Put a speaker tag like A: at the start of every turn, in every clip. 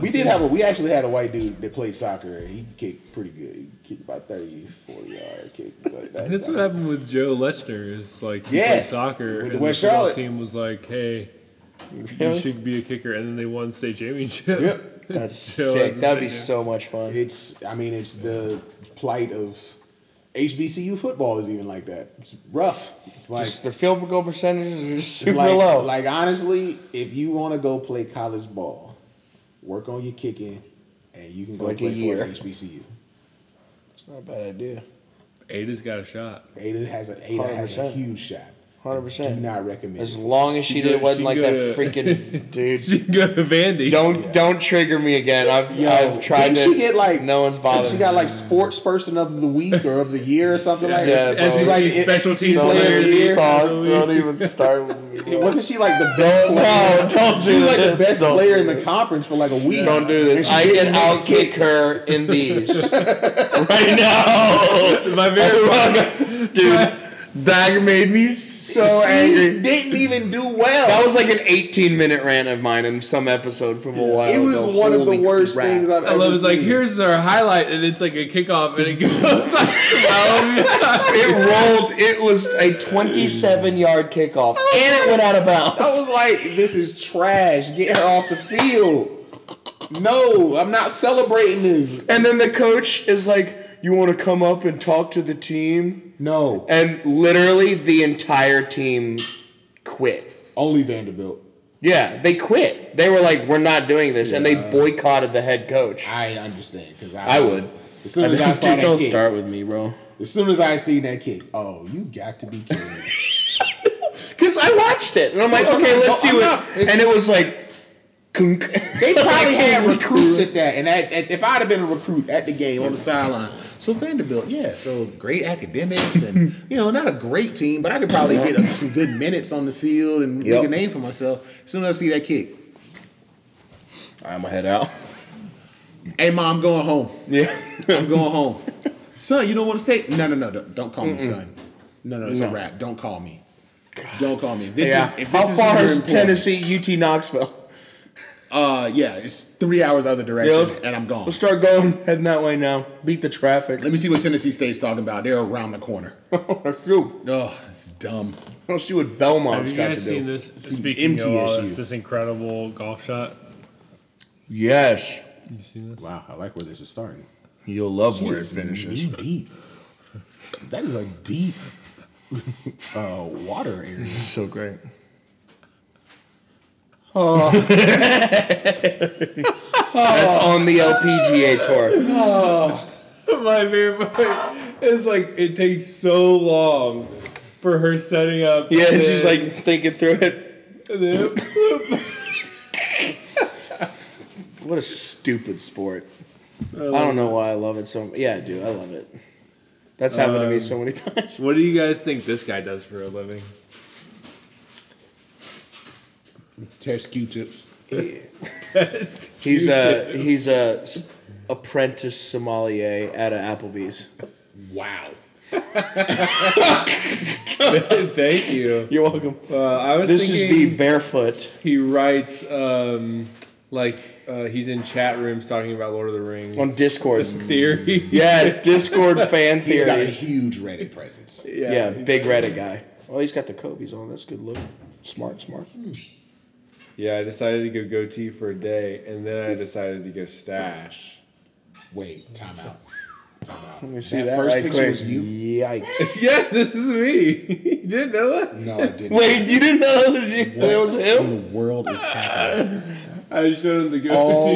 A: We did have a. We actually had a white dude that played soccer. and He kicked pretty good. He kicked about 30, 40 yard kick. But that-
B: That's what happened with Joe Lester. Is like he
A: Yes,
B: played soccer,
A: with the
B: and
A: West
B: the football
A: Charlotte.
B: team was like, "Hey, you
C: Really?
B: should be a kicker," and then they won state championship.
A: Yep.
C: That's
B: Joe
C: sick.
B: has
C: That would
B: a
C: be
B: video.
C: so much fun.
A: It's. I mean, it's the plight of HBCU football is even like that. It's rough. It's like
C: Just their field goal percentages are super
A: It's like,
C: low.
A: like honestly, if you want to go play college ball, work on your kicking, and you can go
C: Like a
A: play for
C: year.
A: an HBCU.
C: it's not a bad idea.
B: Ada's got a shot.
A: Ada has a Ada has a
C: 100%.
A: huge shot.
C: Hundred
A: Do
C: percent.
A: not recommend.
C: As
A: it.
C: long as she, did,
B: go-
C: wasn't
B: she
C: like
B: go
C: that
B: to-
C: freaking dude.
B: She can go to Vandy.
C: Don't don't trigger me again. I've
A: Yo,
C: I've tried
A: didn't
C: to.
A: She get like
C: no one's bothered.
A: She got like sports person of the week or of the year or something like
C: Yeah,
A: that.
C: bro.
A: She's
B: SEC
A: like the
B: special
A: SEC
B: teams
A: player of the
B: players.
A: year.
C: Talk, don't even start with me.
A: It- Wasn't she like the best?
C: Don't,
A: player?
C: no, don't
A: She
C: do
A: was
C: this.
A: like the best
C: Don't
A: player
C: do
A: in the
C: this.
A: conference for like a week.
C: Don't do this.
A: And she
C: I
A: didn't
C: can
A: make a
C: outkick her in these right now,
B: My very
C: dude. That made me so
A: She
C: angry.
A: didn't even do well.
C: That was like an 18 minute rant of mine in some episode from a while
A: It was
C: ago.
A: one of the
C: Holy
A: worst
C: crap.
A: things I've
B: I
A: ever
B: love. It's
A: seen.
B: like here's our highlight, and it's like a kickoff, and it goes like 12
C: It rolled. It was a 27 yard kickoff, and it went out of
A: I
C: bounds.
A: was like, this is trash. Get her off the field. No, I'm not celebrating this.
C: And then the coach is like, "You want to come up and talk to the team?"
A: No,
C: And literally, the entire team quit.
A: only Vanderbilt.
C: Yeah, they quit. They were like, "We're not doing this," and they boycotted the head coach.
A: I understand because I,
C: I would.
A: As soon as I, saw
C: Dude,
A: that
C: don't
A: kick,
C: start with me, bro.
A: as soon as I seen that kick, oh, you got to be kidding me.
C: Because I watched it, and I'm like,
A: No, I'm
C: "Okay,
A: not-
C: let's
A: no,
C: see
A: I'm
C: what."
A: not-
C: And it was like, "Kunk."
A: They probably had recruits at that, and that, that- if I'd have been a recruit at the game on the sideline. So Vanderbilt, yeah, so great academics, and you know, not a great team, but I could probably get some good minutes on the field and
C: Yep.
A: make a name for myself. As soon as I see that kick,
C: I'm gonna head out.
A: hey mom, I'm going home.
C: Yeah.
A: I'm going home. son, you don't want to stay? No, no, no. Don't, don't call me son. No, no, it's a
C: No.
A: wrap. Don't call me. Don't call me. This
C: yeah.
A: is if
C: How
A: this
C: far
A: your
C: is
A: employer-
C: Tennessee UT Knoxville?
A: Uh, yeah, it's three hours other direction,
C: Yeah, let's-
A: and I'm gone.
C: Let's start going, heading that way now. Beat the traffic.
A: Let me see what Tennessee State's talking about. They're around the corner.
C: Let's
A: Oh, it's dumb.
C: see what
B: Have
C: Belmont's
B: you
C: got to
B: guys seen
C: do.
B: this? Speaking of all
A: MTSU.
B: this, this incredible golf shot.
C: Yes,
B: You seen this?
A: Wow, I like where this is starting.
C: you'll love where it
A: Jeez,
C: finishes.
A: You deep. That is a deep uh, water area.
C: This is so great. Oh. That's on the LPGA tour.
B: My favorite part is like it takes so long for her setting up.
C: Yeah,
B: and
C: and she's
B: then-
C: like thinking through it.
B: and then-
C: What a stupid sport. I don't know why I love it so. Yeah, dude, I love it. That's happened to me so many times.
B: What do you guys think this guy does for a living?
A: Test Q-tips.
B: Test.
C: He's
B: Q-tip.
C: a he's a s- apprentice sommelier at a Applebee's.
A: Wow.
B: Thank you.
C: You're welcome.
B: Uh, I was
C: This is
B: thinking
C: the barefoot.
B: he writes um, like uh, he's in chat rooms talking about Lord of the Rings
C: on Discord.
B: theory.
C: yes, Discord fan
A: He's got a
C: theories.
A: huge Reddit presence.
C: Yeah, big Reddit guy. Oh, he's got the Kobe's on. That's good look. Smart, smart.
B: Yeah, I decided to go goatee for a day, and then I decided to go stash.
A: Wait, time out. Time out.
C: Let me see
A: That
C: that,
A: first
C: right
A: picture
C: quick.
A: was you?
C: Yikes.
B: Yeah, this is me. you didn't know that?
A: No, I didn't.
C: Wait, you didn't know it was you? That was
A: in
C: him.
A: the world is happening?
B: I showed him the goatee
A: Oh.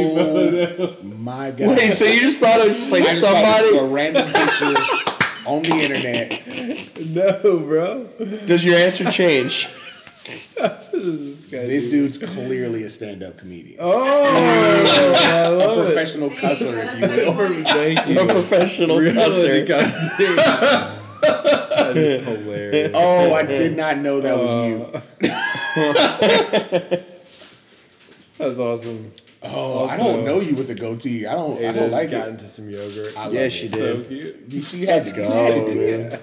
B: photo.
A: My God.
C: Wait, so you just thought it was just
A: I
C: like
A: just thought this was
C: somebody?
A: a random picture on the internet.
B: No, bro.
C: Does your answer change?
B: This guy-
A: This dude's clearly a stand-up comedian,
B: Oh, I
A: a
B: love it.
A: professional cusser, if you will.
B: Thank you.
C: A professional
B: Really
C: cusser.
B: cussing. that is hilarious.
A: Oh, I did not know that was you.
B: That's awesome.
A: Oh, I don't know you with the goatee. I don't. I don't
B: Aiden
A: like
B: got
A: it.
B: into some yogurt.
A: I love
C: Yeah,
A: it.
C: she
B: so
C: did.
B: cute.
A: You, you had to go. Had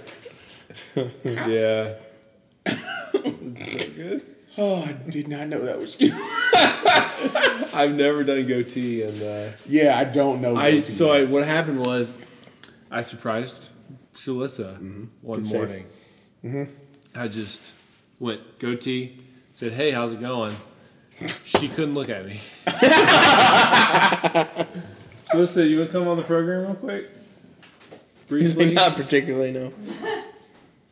A: to do that.
B: Yeah. It's so good.
A: Oh, I did not know that was you.
B: I've never done a goatee, and uh,
A: Yeah, I don't know.
B: I
A: goatee.
B: so I what happened was, I surprised Shalissa one
C: Good save.
B: morning. Mm-hmm. I just went goatee, said, "Hey, how's it going?" She couldn't look at me. Shalissa, you would come on the program real quick, briefly.
C: Not particularly, no.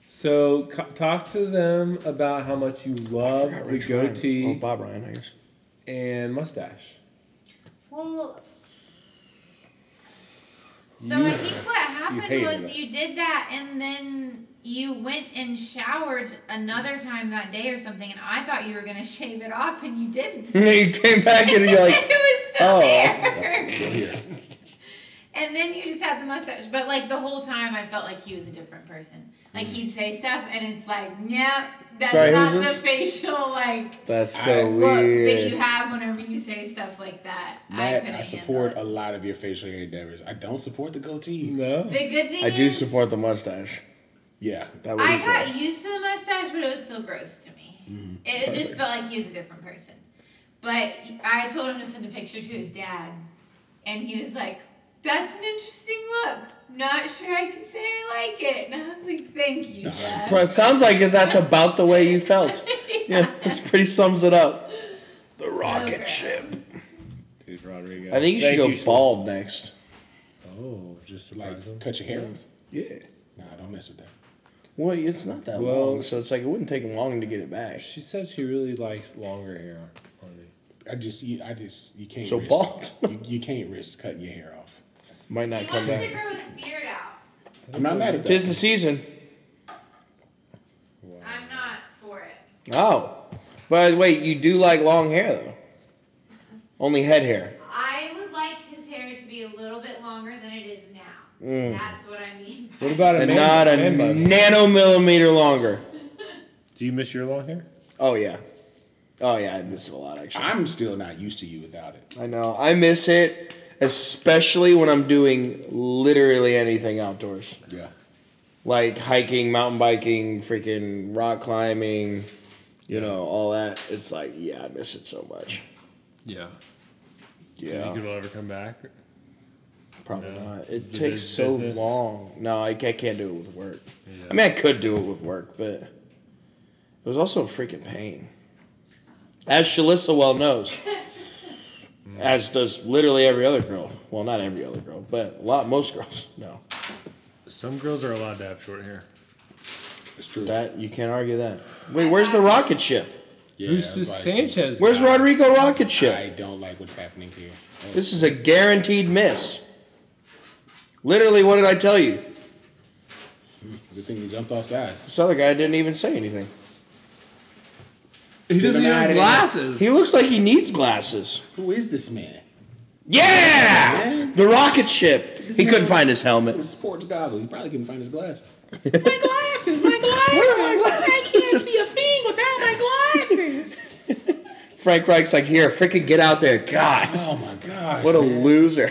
B: So co- talk to them about how much you love
C: Forgot
B: the
C: Rex Ryan.
B: goatee
C: Oh, Bob Ryan, I guess.
B: and mustache.
D: Well. So I think what happened
B: hated
D: was
B: it.
D: you did that and then you went and showered another time that day or something and I thought you were gonna shave it off and you didn't.
C: And then you came back and you're like,
D: it was still
C: "Oh."
D: there. and then you just had the mustache. But like the whole time I felt like he was a different person. Like he'd say stuff and it's like, yeah, that's
C: Mm-hmm. Sorry,
D: not
C: who's this?"
D: the facial like
C: that's
A: I-
C: so
D: look that you
C: weird.
D: have whenever you say stuff like that. I
A: Matt,
D: couldn't
A: I, support
D: handle
A: a lot of your facial hair endeavors. I don't support the goatee.
B: No.
D: it. The good thing
C: I do
D: is,
C: support the mustache.
A: Yeah,
C: That was.
D: I
C: uh,
D: got used to the mustache, but it was still gross to me.
C: Mm-hmm.
D: It just felt like he was a different person. But I told him to send a picture to his dad, and he was like, "That's an interesting look. Not sure I can say I like it." And I was like, "Thank you, Dad."
C: well, it sounds like that's about the way you felt. Yeah, that's pretty sums it up. The rocket
D: Okay.
C: ship.
B: Dude, Rodrigo.
C: I think you should
B: Thank
C: go
B: Shalissa.
C: bald next.
B: Oh, just surprise
A: like
B: him.
A: cut your hair off.
C: Yeah.
A: Nah, don't mess with that.
C: Well, it's not that
B: Well-
C: long, so it's like it wouldn't take long to get it back.
B: She said she really likes longer hair on me.
A: I just, you, I just, you can't.
C: So
A: risk,
C: bald.
A: you, you can't risk cutting your hair off.
C: Might not
D: He
C: come
D: wants to
C: back.
D: grow his beard out.
A: I'm not mad at that.
C: Tis the season.
D: I'm not for it.
C: Oh. But wait, you do like long hair though. Only head hair.
D: I would like his hair to be a little bit longer than it is now.
C: Mm.
D: That's what I mean. by-
B: What about a
C: And
B: man,
C: not a
B: man bun?
C: nanomillimeter longer.
B: Do you miss your long hair?
C: Oh yeah. Oh yeah, I miss it a lot actually.
A: I'm still not used to you without it.
C: I know. I miss it, especially when I'm doing literally anything outdoors.
A: Yeah.
C: Like hiking, mountain biking, freaking rock climbing, you know, all that. It's like, yeah, I miss it so much.
B: Yeah.
C: Yeah.
B: You think it'll ever come back?
C: Probably not. It
B: Do
C: takes
B: this
C: so
B: business.
C: long. No, I, ca- I can't do it with work.
B: Yeah.
C: I mean, I could do it with work, but it was also a freaking pain. As Shalissa well knows, as does literally every other girl. Well, not every other girl, but a lot, most girls. No,
B: Some girls are allowed to have short hair.
A: It's true.
C: that you can't argue that. Wait, where's the rocket ship?
A: yeah,
B: Who's
A: like,
B: this Sanchez?
C: Where's
B: guy?
C: Rodrigo rocket
A: I
C: ship?
A: don't like what's happening here. Oh,
C: This is a guaranteed miss. Literally, what did I tell you?
A: good thing you jumped off sides.
C: This other guy didn't even say anything.
B: He doesn't even
A: Denied
B: have
A: it.
B: glasses.
C: He looks like he needs glasses.
A: Who is this man?
C: Yeah! The rocket ship. He couldn't find his
A: It
C: helmet.
A: was sports goggles. He probably couldn't find his glasses.
E: My glasses, my
C: Where are my
E: glasses.
C: glasses?
E: I can't see a thing without my glasses.
C: Frank Reich's like, here, freaking get out there. God,
A: Oh my gosh.
C: what a
A: man.
C: loser.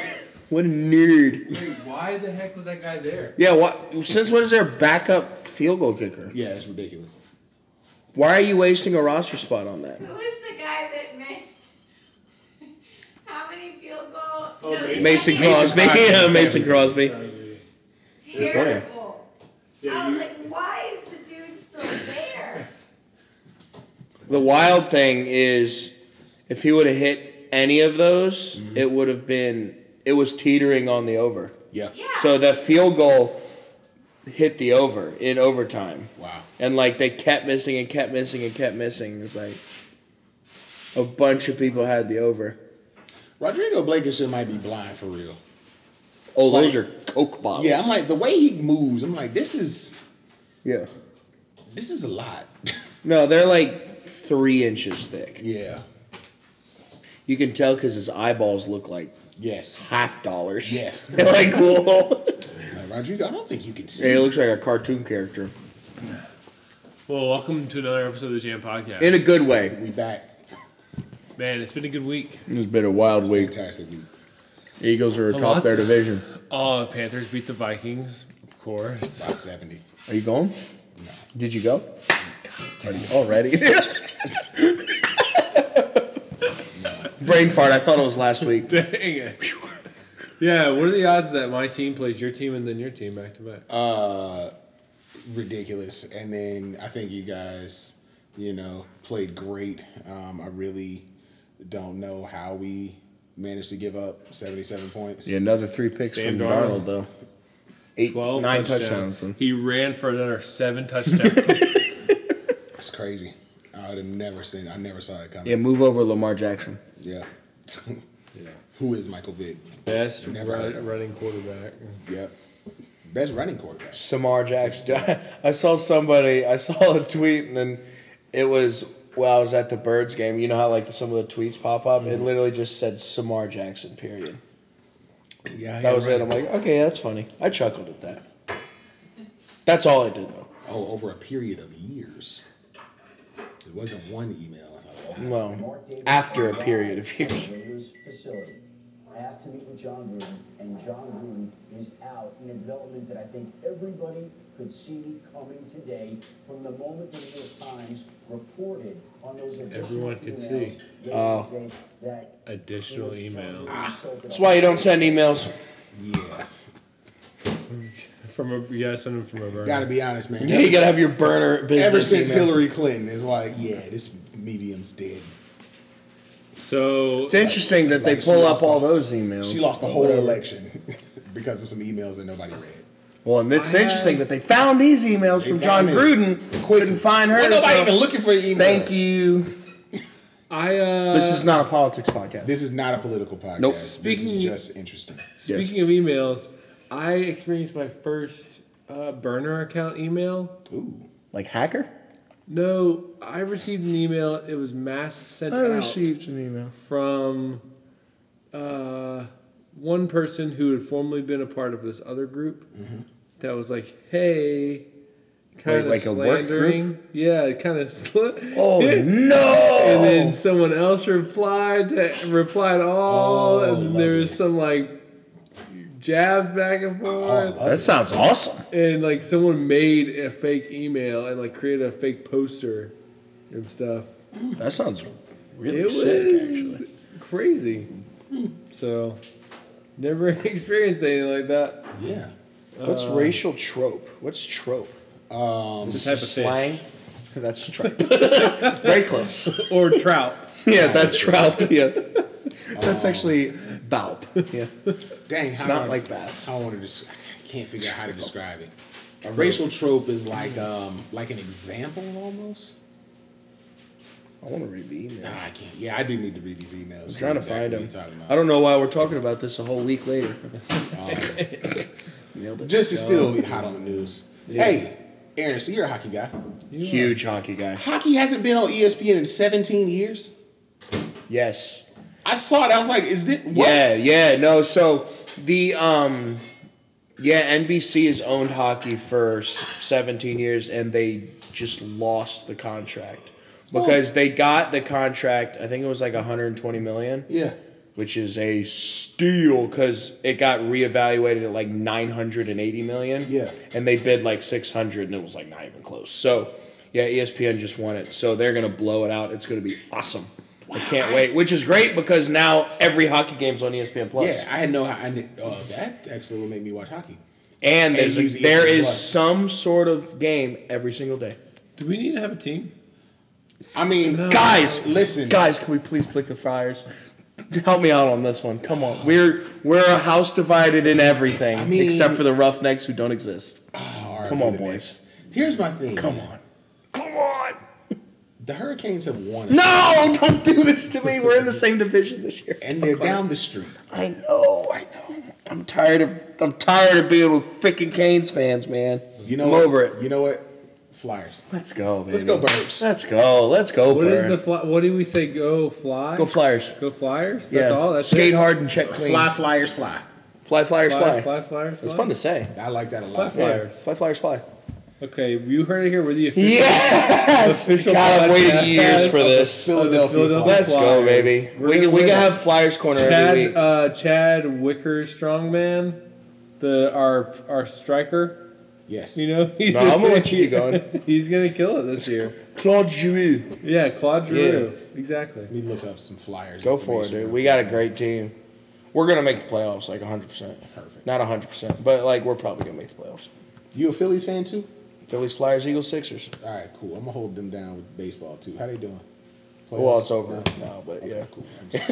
C: What a nerd.
B: Wait, why the heck was that guy there?
C: Yeah, what, since when is there a backup field goal kicker?
A: Yeah, it's ridiculous.
C: Why are you wasting a roster spot on that?
D: Who was the guy that missed how many field goal?
B: Oh,
D: no,
B: Mason.
C: Mason
D: second-
C: Crosby. Yeah, Mason Crosby.
D: Terrible. I
B: Yeah,
D: was
B: you,
D: like, why is the dude still there?
C: The wild thing is, if he would have hit any of those, it would have been, it was teetering on the over.
A: Yeah.
D: Yeah.
C: So that field goal hit the over in overtime.
A: Wow.
C: And like they kept missing and kept missing and kept missing. It's like a bunch of people had the over.
A: Rodrigo Blankenship might be blind for real.
C: Oh,
A: those
C: are Coke bottles.
A: Yeah, I'm like the way he moves. I'm like this is
C: yeah.
A: this is a lot.
C: No, they're like three inches thick.
A: yeah.
C: You can tell because his eyeballs look like
A: Yes.
C: half dollars.
A: Yes.
C: They're like whoa.
A: Like, Rodrigo, I don't think you can see.
C: yeah, he looks like a cartoon character
B: well, welcome to another episode of the Jam Podcast.
C: in a good way.
A: we back.
B: Man, it's been a good week.
C: It's been a wild week.
A: Fantastic week.
C: Eagles are
B: atop
C: atop
B: their
C: their division.
B: Oh, Panthers beat the Vikings, of course.
A: By seventy.
C: Are you going? Did you go? Are you already? Brain fart. I thought it was last week.
B: Dang it. Yeah, what are the odds that my team plays your team and then your team back to back?
A: Uh, ridiculous. And then I think you guys, you know, played great. Um, I really don't know how we managed to give up 77 points.
F: Yeah, another three picks
B: Sam
F: from
B: Darnold.
F: Darnold, though. Eight,
B: Twelve
F: nine
B: touchdowns.
F: touchdowns. man.
B: He ran for another seven touchdowns.
A: It's crazy. I would have never seen I never saw it coming.
F: Yeah, move over Lamar Jackson.
A: Yeah. Who is Michael Vick?
B: Best
A: Never heard
B: run,
A: of.
B: running quarterback.
A: Yep. Best running quarterback.
C: Samar Jackson. I saw somebody. I saw a tweet, and then it was well. I was at the Birds game. You know how like some of the tweets pop up.
F: Mm-hmm.
C: It literally just said Samar Jackson. Period.
A: Yeah,
C: That was it. I'm like, okay, that's funny. I chuckled at that. That's all I did though.
A: oh, over a period of years. It wasn't one email. I thought, oh,
C: Well, after a period of years.
G: Facility. Asked to meet with John Gruden, and John Gruden is out in a development that I think everybody could see coming today from the moment the New York Times reported on those additional
B: Everyone could see.
G: emails
C: Oh.
G: later
C: Ah.
G: today that
B: Additional
G: Gruden-
B: email.
C: That's why you don't send emails.
A: yeah.
B: From a you gotta send him from a burner.
A: Gotta be honest, man.
C: You gotta have your burner business.
A: Ever since
C: email.
A: Hillary Clinton, it's like, yeah, this medium's dead.
B: So
F: It's interesting that they
A: Like,
F: pull
A: she
F: up
A: lost
F: all
A: the-
F: those emails.
A: She lost the whole
F: Whatever.
A: election because of some emails that nobody read.
F: Well, and it's interesting that they found these emails
A: They
F: from John
A: found
F: Gruden. Couldn't find her.
A: Ain't nobody
F: so
A: even looking for emails.
F: Thank you.
B: I uh
F: This is not a politics podcast.
A: This is not a political podcast.
F: Nope.
A: this
B: Speaking-
A: is just interesting.
B: speaking of emails, I experienced my first uh, burner account email.
A: Ooh.
F: like hacker?
B: No, I received an email. It was mass sent out
F: an email.
B: from uh, one person who had formerly been a part of this other group
F: Mm-hmm.
B: that was like, "Hey." Kind of
F: like a work group?
B: slandering, yeah, kind of. Sl-
F: Oh no!
B: and then someone else replied to, replied all,
A: Oh,
B: and there
A: lovely.
B: was some like jabs back and forth,
A: Oh,
F: that sounds awesome.
B: and like someone made a fake email and like created a fake poster and stuff.
F: That sounds really
B: It
F: sick.
B: was-
F: Actually,
B: Crazy. So, never experienced anything like that.
A: yeah.
C: What's racial trope? What's trope?
A: Um,
B: This type of
C: Slang. That's trope. Very close.
B: or trout.
C: Yeah, that's trout. Yeah. That's actually balp. Yeah.
A: dang, how
C: It's not
A: do I-
C: like bass.
A: I want to just I can't figure out how to describe it. A racial trope is like um like an example almost.
C: I want to read the email.
A: No, I can't. Yeah, I do need to read these emails.
C: I'm trying to find
A: them.
C: him. I don't know why we're talking about this a whole week later.
A: Um, Just is still hot on the news. Hey, Aaron, so you're a hockey guy.
C: Huge hockey guy.
A: Hockey hasn't been on E ESPN in 17 years.
C: Yes.
A: I saw it. I was like, is this what?
C: Yeah, yeah. No, so the um yeah, NBC has owned hockey for s- 17 years and they just lost the contract because they got the contract, I think it was like 120 million,
A: Yeah.
C: which is a steal cuz it got reevaluated at like 980 million.
A: Yeah.
C: And they bid like 600 and it was like not even close. So, yeah, E ESPN just won it. So they're going to blow it out. It's going to be awesome. I can't wait, which is great because now every hockey game's on E ESPN Plus.
A: Yeah, I had no. I did, uh, that actually will make me watch hockey.
C: And there's
A: And use E
C: there
A: ESPN+.
C: is some sort of game every single day.
B: Do we need to have a team?
A: I mean,
C: Guys,
A: listen,
C: Guys, can we please flick the fires? Help me out on this one. Come on. We're we're a house divided in everything
A: I mean-
C: except for the Roughnecks who don't exist.
A: All right,
C: Come on,
A: the
C: boys.
A: next. Here's my thing.
C: Come on. Come on.
A: The Hurricanes have won, it,
C: No, don't do this to me. We're in the same division this year.
A: and they're down the street.
C: I know, I know. I'm tired of I'm tired of being with freaking Canes fans, man.
A: You know,
C: I'm
A: what?
C: over it.
A: You know what? Flyers.
C: Let's go, baby.
A: Let's go, Birds.
C: Let's go. Let's go,
B: What is
C: Bird.
B: the fly? What do we say? Go fly.
C: Go Flyers.
B: Go flyers. That's
C: yeah.
B: all. That's
C: Skate
B: it?
C: hard and check clean.
A: Fly, Flyers, fly.
C: Fly, Flyers,
B: Fly,
C: fly.
B: fly, flyers.
C: It's
B: fly?
C: fun to say.
A: I like that a lot.
B: Fly, Flyers.
C: Fly, Flyers, fly.
B: Okay, you heard it here with the official.
C: Yes!
B: Official
C: God, I've waited
B: podcast
C: years for
B: of
C: this.
A: Philadelphia.
B: Philadelphia
A: Flyers.
C: Let's go,
B: Flyers.
C: baby.
B: We're
C: We
B: gonna
C: can, we
B: win
C: can
B: it.
C: have Flyers Corner every
B: Chad
C: week.
B: uh, Chad Wicker strongman, the our our striker.
A: Yes.
B: You know, he's
C: No, I'm gonna let you keep going.
B: He's gonna kill it this year.
C: Claude Giroux.
B: Yeah, Claude Giroux. Exactly.
A: Let me look up some flyers.
C: Go for it,
A: information.
C: dude. We got a great team. We're gonna make the playoffs, like 100. percent
A: Perfect.
C: Not 100, percent but like we're probably gonna make the playoffs.
A: You a Phillies fan too?
C: Phillies, Flyers, Eagles, Sixers.
A: All right, cool. I'm gonna hold them down with baseball too. How they doing?
C: Well,
A: Playoffs?
C: it's over
A: No?
C: now, but yeah.
A: Okay, cool. I'm just-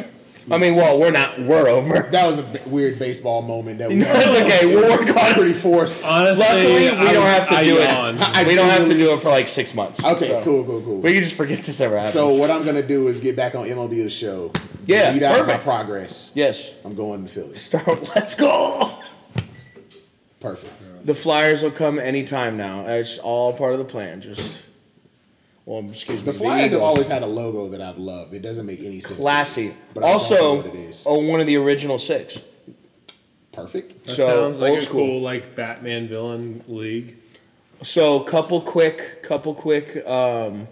C: I mean, well, we're not. We're over.
A: that was a b- weird baseball moment. That we
C: That's okay.
A: It
C: We'll
A: was
C: work on it.
A: pretty forced.
B: Honestly,
C: Luckily, we
B: I-
C: don't have to
B: I
C: do
B: yawned.
A: I
C: it. We don't have to
A: genuinely-
C: do it for like six months.
A: Okay,
C: so.
A: cool, cool, cool.
C: We can just forget this ever happened.
A: So what I'm gonna do is get back on MLB the show.
C: Yeah,
A: Lead out of my
C: perfect.
A: progress.
C: yes,
A: I'm going to Philly.
C: start. Let's go.
A: Perfect.
C: The Flyers will come anytime now. It's all part of the plan. Just well, excuse me.
A: The Flyers have
C: Eagles.
A: always had a logo that I've loved. It doesn't make any sense. to me,
C: classy.
A: but I don't know
C: also,
A: what it is.
C: oh, one of the original six.
A: perfect.
B: That
C: So,
B: sounds like
C: old
B: a
C: school.
B: cool like Batman villain league.
C: So, couple quick, couple quick um,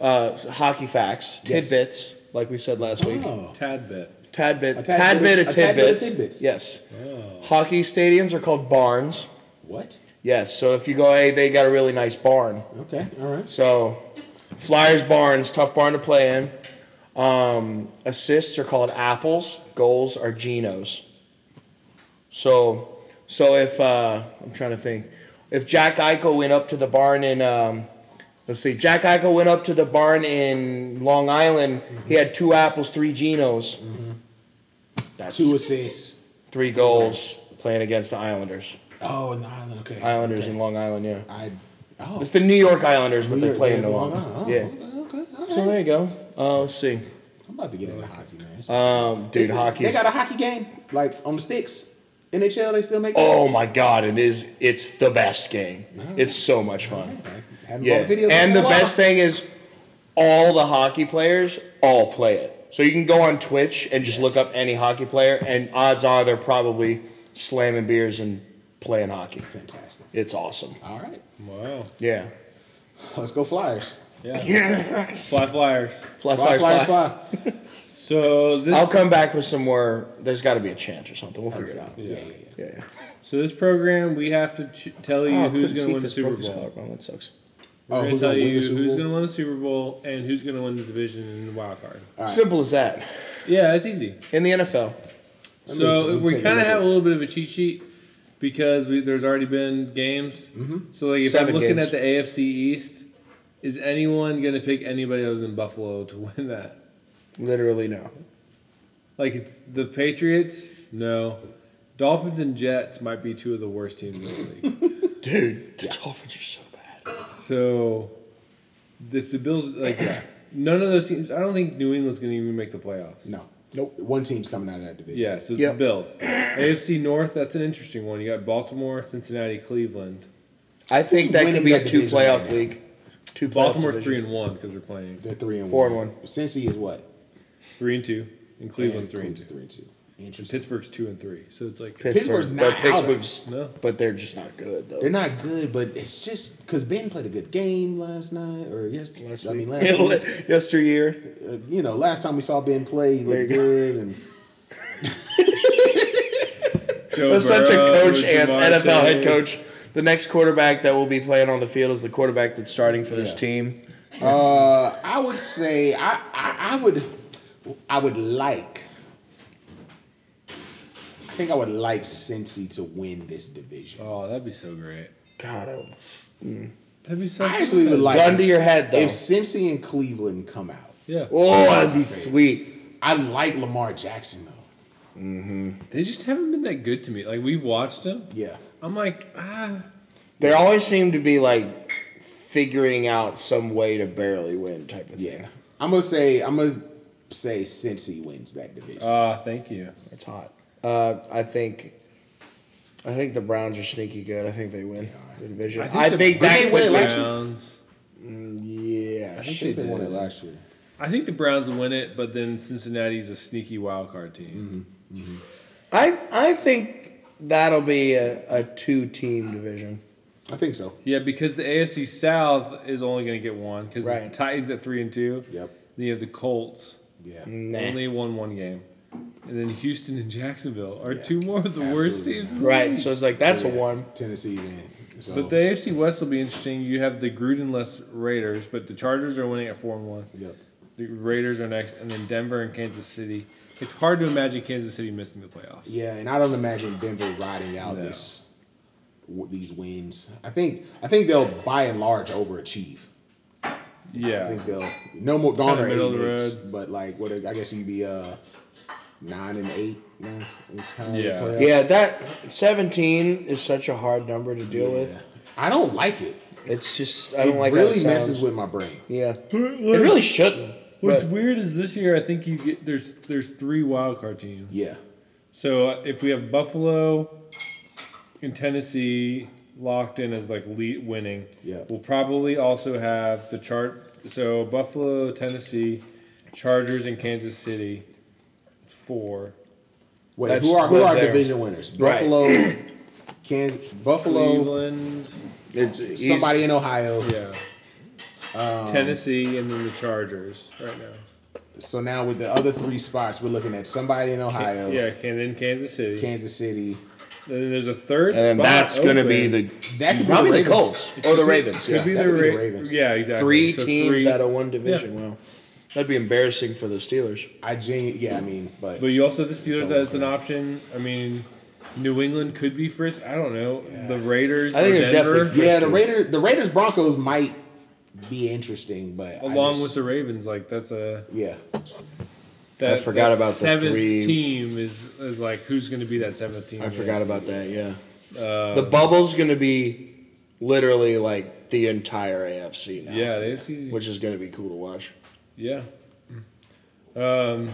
C: uh, hockey facts,
A: Yes.
C: tidbits, like we said last week.
A: Oh,
B: Tad bit.
C: Tad bit,
A: A
C: tad,
A: tad
C: bit,
A: bit
C: of
A: of- a tad bit of
C: tidbits.
A: tidbits.
C: Yes.
B: Oh.
C: Hockey stadiums are called barns.
A: what?
C: Yes. So if you go, hey, they got a really nice barn.
A: Okay, all right.
C: So, Flyers barns, tough barn to play in. Um, assists are called apples. Goals are genos. So, so if uh, I'm trying to think, if Jack Eichel went up to the barn in, um, let's see, Jack Eichel went up to the barn in Long Island. He had two apples, three genos. That's
A: Two assists.
C: three goals playing against the Islanders.
A: Oh, in the island. Okay.
C: Islanders
A: Okay.
C: in Long Island, yeah.
A: I. Oh.
C: It's the New York Islanders, but
A: New
C: they
A: York-
C: play
A: yeah,
C: in the Long
A: Island.
C: Island.
A: Oh, Okay.
C: Yeah.
A: okay, all
C: So
A: right.
C: there you go. Uh, let's see.
A: I'm about to get into hockey, man. It's-
C: Um, dude,
A: Listen,
C: hockey.
A: They got a hockey game like on the sticks. NHL, they still make.
C: oh my god, it is. It's the best game. It's so much fun.
A: Okay. Haven't
C: Yeah,
A: bought videos in
C: and
A: a
C: the
A: while.
C: best thing is, all the hockey players all play it. So you can go on Twitch and just look up any hockey player, and odds are they're probably slamming beers and playing hockey.
A: Fantastic.
C: It's awesome.
A: All right,
B: Wow.
C: Yeah.
A: let's go Flyers.
B: Fly flyers.
C: Fly,
A: Fly,
C: fly,
A: Flyers,
C: fly.
A: fly.
B: So this
C: I'll come back with some more. There's got to be a chance or something. We'll figure it out.
A: Yeah, yeah, yeah.
C: Yeah. yeah.
B: so this program we have to ch- tell you
C: Oh, I
B: who's going
C: couldn't see
B: to win the
C: if
B: Super
C: it's broke his
B: Bowl.
C: collarbone. That sucks.
A: Oh,
B: We're going
A: who's
B: to tell
A: gonna win
B: you
A: the Super
B: who's
A: Bowl?
B: going to win the Super Bowl and who's going to win the division and the wild card.
A: All right.
C: Simple as that.
B: Yeah, it's easy.
C: In the NFL.
A: let
B: So
A: me
B: we
A: take a
B: kind
A: look
B: of
A: at
B: have a
A: it.
B: little bit of a cheat sheet because we, there's already been games.
A: Mm-hmm.
B: So like if i I'm
C: Seven
B: looking
C: games.
B: at the AFC East, is anyone going to pick anybody other than Buffalo to win that?
C: Literally no.
B: Like it's the Patriots? No. Dolphins and Jets might be two of the worst teams in the league.
C: Dude, the Dolphins are so bad.
B: So if the Bills like yeah, none of those teams I don't think New England's gonna even make the playoffs.
A: No, nope. One team's coming out of that division.
B: Yeah, so it's
C: Yep.
B: the Bills. AFC North, that's an interesting one. You got Baltimore, Cincinnati, Cleveland.
C: I think
A: Who's
C: that could
A: winning
C: be a
A: that
C: two
A: division
C: playoff
A: right now?
C: league. Two playoff
B: Baltimore's
C: division.
B: three and one because they're playing.
A: they're three and
C: Four and
A: one.
C: one.
A: Cincy is what?
B: Three and two. And Cleveland's three and
A: Cleveland's
B: two.
A: three and two. Interesting.
B: Pittsburgh's two and three. So it's like
A: Pittsburgh's
C: Pittsburgh,
A: not
C: but
A: out of it.
C: Pittsburgh's
B: No.
C: but they're just not good though.
A: They're not good, but it's just because Ben played a good game last night or yes, I mean last
C: Yeah,
A: week.
C: li- Yesteryear,
A: Uh, you know, last time we saw Ben play, he
C: There you
A: looked
C: go.
A: good, and
B: Joe
C: that's such a
B: Burrow,
C: coach and
B: Javon
C: NFL head
B: Chase.
C: coach. The next quarterback that will be playing on the field is the quarterback that's starting for this team.
A: uh, I would say I, I I would I would like. I think I would like Cincy to win this division.
B: Oh, that'd be so great.
C: God, I was,
B: That'd be so
A: I actually would
B: good.
A: like
C: gun to your head though.
A: if Cincy and Cleveland come out.
B: Yeah.
C: oh, that'd be sweet.
A: I like Lamar Jackson though.
B: They just haven't been that good to me. Like we've watched them.
A: Yeah,
B: I'm like, ah,
C: They always seem to be like figuring out some way to barely win type of thing.
A: yeah. I'm gonna say I'm gonna say Cincy wins that division.
B: ah, thank you.
C: It's hot. Uh, I think. I think the Browns are sneaky good. I think they win the division.
B: I think
C: I
B: the
C: think,
A: Browns-
C: that
A: Did they win it
C: could be. Mm,
A: last-
B: Browns.
C: Yeah.
A: I think
B: they
A: they won it
B: did.
A: last year.
B: I think the Browns will win it, but then Cincinnati's a sneaky wild card
A: Mm-hmm.
B: team.
C: I I think that'll be a, a two team division.
A: I think so.
B: Yeah, because the AFC South is only going to get one because
C: Right.
B: the Titans at three and two.
A: Yep.
B: Then you have the Colts
A: Yeah.
C: Nah.
B: only won one game, and then Houston and Jacksonville are two more of the worst
A: absolutely.
B: teams. in the
C: Right.
B: league.
C: So it's like that's
A: So,
C: a
A: yeah,
C: one.
A: Tennessee's in. So,
B: But the AFC West will be interesting. You have the Grudenless Raiders, but the Chargers are winning at four and one.
A: yep.
B: The Raiders are next, and then Denver and Kansas City. It's hard to imagine Kansas City missing the playoffs.
A: Yeah, and I don't imagine Denver riding out
B: No.
A: this w- these wins. I think I think they'll by and large overachieve. I
B: Yeah,
A: think they'll no more gone or eight
B: middle of the
A: wins,
B: road.
A: but like what I guess you'd be uh nine and eight now. It's kind of
B: Yeah.
A: playoff.
C: Yeah, that 17 is such a hard number to deal with.
A: I don't like it.
C: It's just, I
A: It
C: don't like how
A: really
C: it
A: messes
C: sounds.
A: with my brain.
C: Yeah. It really shouldn't.
B: What's
C: but-
B: weird is this year I think you get there's there's three wild card teams.
A: Yeah,
B: So uh, if we have Buffalo and Tennessee locked in as like lead winning,
A: Yeah.
B: we'll probably also have the chart. So Buffalo, Tennessee, Chargers, and Kansas City. It's four.
A: wait,
C: That's
A: who are who
C: not
A: are
C: there.
A: division winners?
C: Right.
A: Buffalo, Kansas, Buffalo,
B: Cleveland,
C: It's easy.
A: somebody in Ohio.
B: yeah. Tennessee and then the Chargers right now.
A: So now with the other three spots, we're looking at somebody in Ohio,
B: Yeah, and then Kansas City.
A: Kansas City.
B: and then there's a third
F: And then
B: spot.
F: that's going to be
B: open.
F: the
A: That could
F: probably
A: be
F: the
A: Ravens.
F: Colts or the Ravens.
B: Could
F: Yeah.
B: be
A: that
B: the,
A: could be the
B: Ra-
A: Ravens.
B: Yeah, exactly.
C: Three
B: So
C: teams
B: three-
C: out of one division. Wow. That'd be embarrassing for the Steelers.
A: I genu- yeah, I mean, but,
B: But you also have the Steelers
A: So-
B: as an option. I mean, New England could be first. I don't know. The Raiders,
C: I think
B: or
C: they're
B: Denver,
C: definitely
A: yeah, the
C: Frisco.
A: Raider the Raiders Broncos might be interesting, but I
B: along
A: just-
B: with the Ravens, like that's a
A: yeah,
B: that,
C: forgot
B: that
C: about the
B: seventh
C: three.
B: team is is like who's going to be that seventh team?
C: I Uh,
B: is.
C: forgot about that. Yeah, the bubble's going to be literally like the entire AFC now.
B: Yeah, the AFC.
C: which is going to be cool to watch.
B: yeah. Um.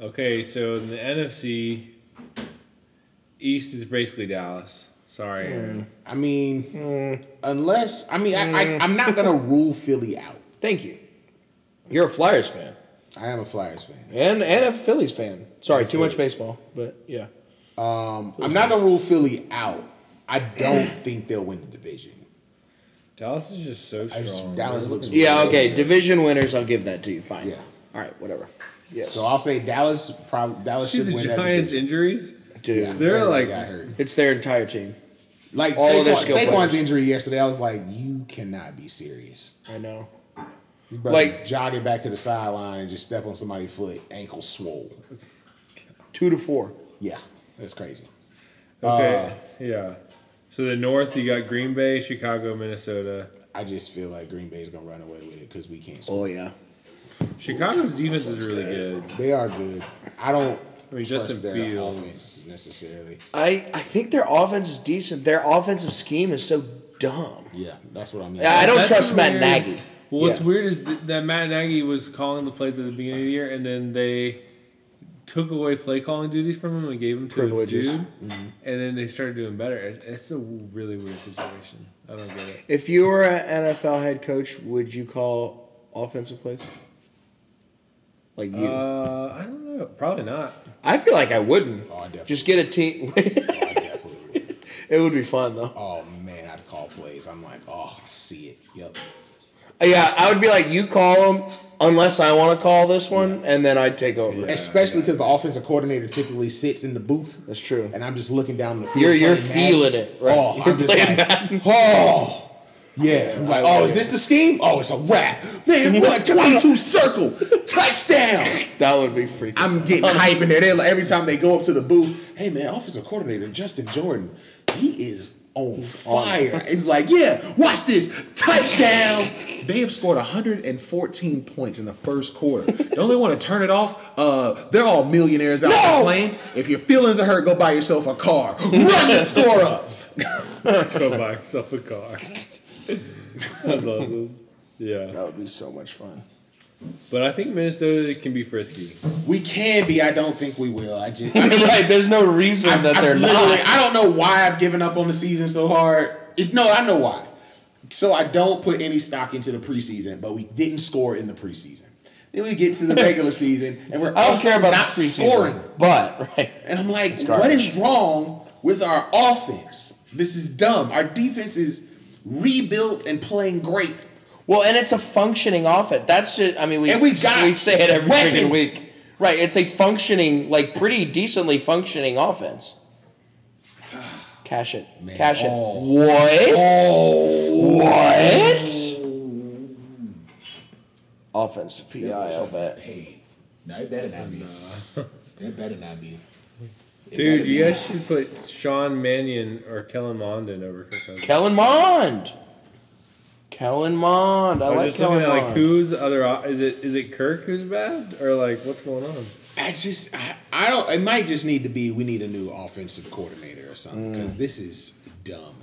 B: Okay, so in the NFC East is basically Dallas. Sorry, Aaron.
C: Mm.
A: I mean, unless I mean, I, I I'm not gonna rule Philly out.
C: Thank you. You're a Flyers fan
A: I am a Flyers fan.
C: and and a Phillies fan. Sorry, too much
A: Phillies.
C: baseball, but yeah.
A: I'm not gonna rule Philly out. I don't think they'll win the division.
B: Dallas is just so
A: I
B: strong.
A: just, Dallas looks
C: Yeah.
A: really
C: Okay.
A: good.
C: Division winners. I'll give that to you. Fine.
A: Yeah.
C: All right. Whatever. Yes.
A: So I'll say Dallas probably Dallas
B: See
A: should
B: the
A: win that
B: Giants'
A: division.
B: injuries.
C: Dude,
A: Yeah,
B: They're
A: everybody
B: like-
A: got hurt.
C: it's their entire team.
A: like
C: all of their
A: Saquon,
C: skill
A: Saquon's
C: players.
A: injury yesterday. I was like, you cannot be serious.
C: I know.
A: His brother
C: Like-
A: jogging back to the sideline and just step on somebody's foot, ankle swole.
C: Two to four.
A: Yeah, that's crazy.
B: Okay.
C: Uh,
B: yeah. So the North, you got Green Bay, Chicago, Minnesota.
A: I just feel like Green Bay's gonna run away with it because we can't.
C: Oh yeah.
B: Chicago's defense is really good.
A: They are good. I don't
B: I mean,
A: trust
B: Justin
A: their
B: Fields.
A: offense necessarily.
C: I I think their offense is decent. Their offensive scheme is so dumb.
A: Yeah, that's what I mean.
C: Yeah, I don't
B: That's
C: trust Matt
B: weird-
C: Nagy.
B: Well, what's
C: Yeah.
B: weird is th- that Matt Nagy was calling the plays at the beginning of the year, and then they took away play calling duties from him and gave him to
C: Privileges. Mm-hmm.
B: a dude, and then they started doing better. It- It's a really weird situation. I don't get it.
C: If you were an NFL head coach, would you call offensive plays? Like you?
B: Uh, I don't know. Probably not.
C: I feel like I wouldn't.
A: Oh, I definitely-
C: Just get a team.
A: Oh, I definitely would.
C: it would be fun though.
A: oh man, I'd call plays. I'm like, oh, I see it. Yep.
C: Yeah, I would be like, you call them unless I want to call this one, and then I'd take over.
A: Especially because the offensive coordinator typically sits in the booth.
C: That's true.
A: And I'm just looking down the field.
C: You're you're
A: playing Madden.
C: feeling it. Right?
A: Oh,
C: You're
A: I'm just like, oh, yeah. I'm like, oh, is this the scheme? Oh, it's a wrap. Man, what? 22 circle, touchdown.
C: that would be freaking.
A: I'm getting hype in there. They're like, every time they go up to the booth, hey, man, offensive coordinator Justin Jordan, he is on fire. It's like, yeah, watch this, touchdown. They have scored 114 points in the first quarter. Don't they want to turn it off? Uh, they're all millionaires out there playing. If your feelings are hurt, go buy yourself a car. Run the score up.
B: Go buy yourself a car. That's awesome. Yeah,
C: That would be so much fun.
B: but I think Minnesota can be frisky.
A: We can be. I don't think we will. I just
C: right? There's no reason that
A: I've
C: they're
A: literally-
C: not.
A: I don't know why I've given up on the season so hard. It's no, I know why. So I don't put any stock into the preseason, but we didn't score in the preseason. Then we get to the regular season, and we're
C: I don't
A: us
C: care about
A: not
C: this preseason,
A: scoring.
C: but right.
A: And I'm like,
C: garbage.
A: what is wrong with our offense? This is dumb. Our defense is rebuilt and playing great.
C: Well, and it's a functioning offense. That's just, I mean, we
A: And we got
C: we say it every
A: weapons.
C: freaking week, right? It's a functioning, like pretty decently functioning offense. Cash it.
A: Man,
C: Cash it.
A: oh.
C: What? What?
A: Oh.
C: Offensive PI, I'll bet.
A: Hey, no, it better not be. It better not be. It
B: Dude,
A: better
B: you
A: not.
B: guys should put Sean Mannion or Kellen Mondin over Kirk Cousins.
C: Kellen Mond. Kellen Mond. I,
B: I was
C: like
B: just
C: Kellen
B: looking at like
C: Mond.
B: who's other op- is it is it Kirk who's bad or like what's going on?
A: I just, I, I don't. It might just need to be. We need a new offensive coordinator or something because
C: Mm.
A: this is dumb.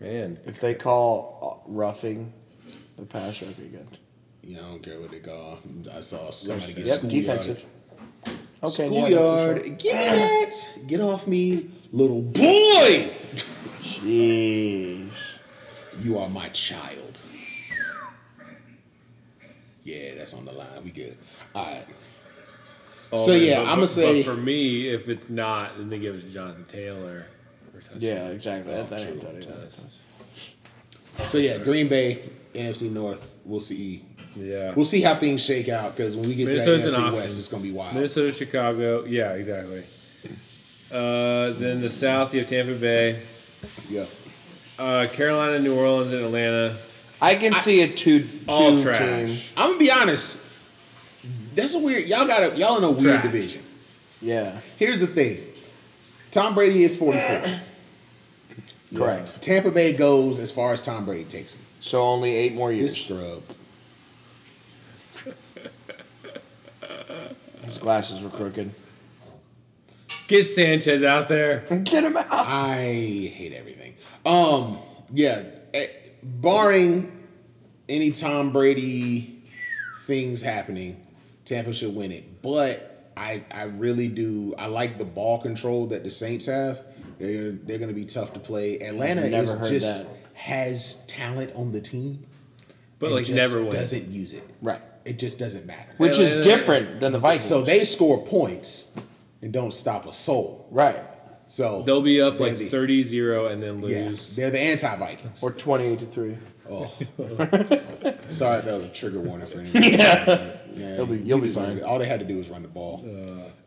B: Man,
C: If they call uh, roughing the pass, that'd be good.
A: You know, I don't care what they call. I saw somebody get
C: Yep,
A: schoolyard.
C: defensive. Okay, yeah,
A: schoolyard. Give me that. Get off me, little boy.
C: Jeez.
A: You are my child. Yeah, that's on the line. We good. All right.
B: Oh,
A: so
B: man,
A: yeah,
B: but-
A: I'm
B: but-
A: gonna say
B: But for me, if it's not, then they give it to Jonathan Taylor. for touchdown.
C: Yeah, exactly. That- that
A: true,
C: ain't that ain't
B: true.
C: that.
A: so yeah. Green Bay, NFC North. We'll see.
B: Yeah.
A: We'll see how things shake out because when we get
B: Minnesota's
A: to that
B: an
A: NFC
B: option.
A: West, it's gonna be wild.
B: Minnesota, Chicago. Yeah, exactly. Uh, then the South, you have Tampa Bay,
A: Yeah.
B: uh, Carolina, New Orleans, and Atlanta.
C: I can see a two, two
B: All
C: team.
B: trash.
A: I'm gonna be honest. That's a weird. Y'all got to y'all in a weird
B: Trash.
A: division.
C: Yeah,
A: Here's the thing. Tom Brady is 44.
C: correct.
A: Tampa Bay goes as far as Tom Brady takes him.
C: So only eight more
A: This
C: years.
A: scrub.
C: His glasses were crooked.
B: Get Sanchez out there.
C: Get him out.
A: I hate everything. Um, yeah, eh, barring any Tom Brady things happening, Tampa should win it. But I, I really do. I like the ball control that the Saints have. They're they're going to be tough to play. Atlanta
C: Never
A: is
C: heard
A: just
C: that.
A: has talent on the team,
B: But
A: and
B: like
A: just
B: never win.
A: doesn't use it.
C: Right.
A: It just doesn't matter.
C: Which
B: Atlanta-
C: is different than the Vikings.
A: So they score points and don't stop a soul.
C: right
A: So
B: They'll be up
A: they're the-
B: like 30-0 and then
A: Yeah,
B: lose.
A: they're the anti Vikings.
C: or twenty-eight to three.
A: Oh, sorry if that was a trigger warning for anyone. Yeah,
C: You'll be- you'll
A: we
C: be
A: deserved
C: fine.
A: it. All they had to do was run the ball.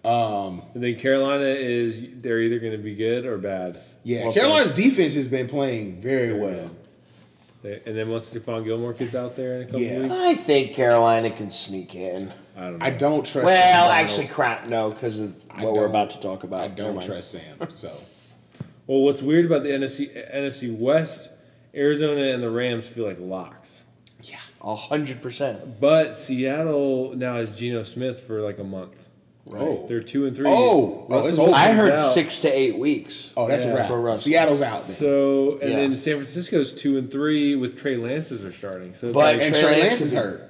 B: And then Carolina is they're either going to be good or bad.
A: Yeah,
C: Well
A: Carolina's defense has been playing very well.
B: They- And then once Stephon Gilmore gets out there in a couple
A: Yeah.
B: weeks,
C: I think Carolina can sneak in.
B: I don't know.
A: I don't trust.
C: Well,
A: Sam Darnold.
C: actually, crap, no, because of what we're
A: don't-
C: about to talk about.
A: I
C: Never
A: don't
C: mind.
A: trust Sam. So
B: Well, what's weird about the NFC NFC West, Arizona and the Rams feel like locks.
A: yeah,
C: A hundred percent.
B: But Seattle now has Geno Smith for like a month.
A: oh,
B: They're two and three.
A: Oh, oh,
B: Russell
A: it's over.
B: Wilson's
C: I heard
B: out.
C: six to eight weeks.
A: oh, that's
B: Yeah,
A: a
C: for
A: wrap.
C: Russ.
A: Seattle's out. Then.
B: So and
C: Yeah.
B: then San Francisco's two and three with Trey Lances are starting. So it's
C: But-
B: like,
A: and
C: Trey
A: Trey
C: Lance
A: Lance is
C: could be-
A: hurt.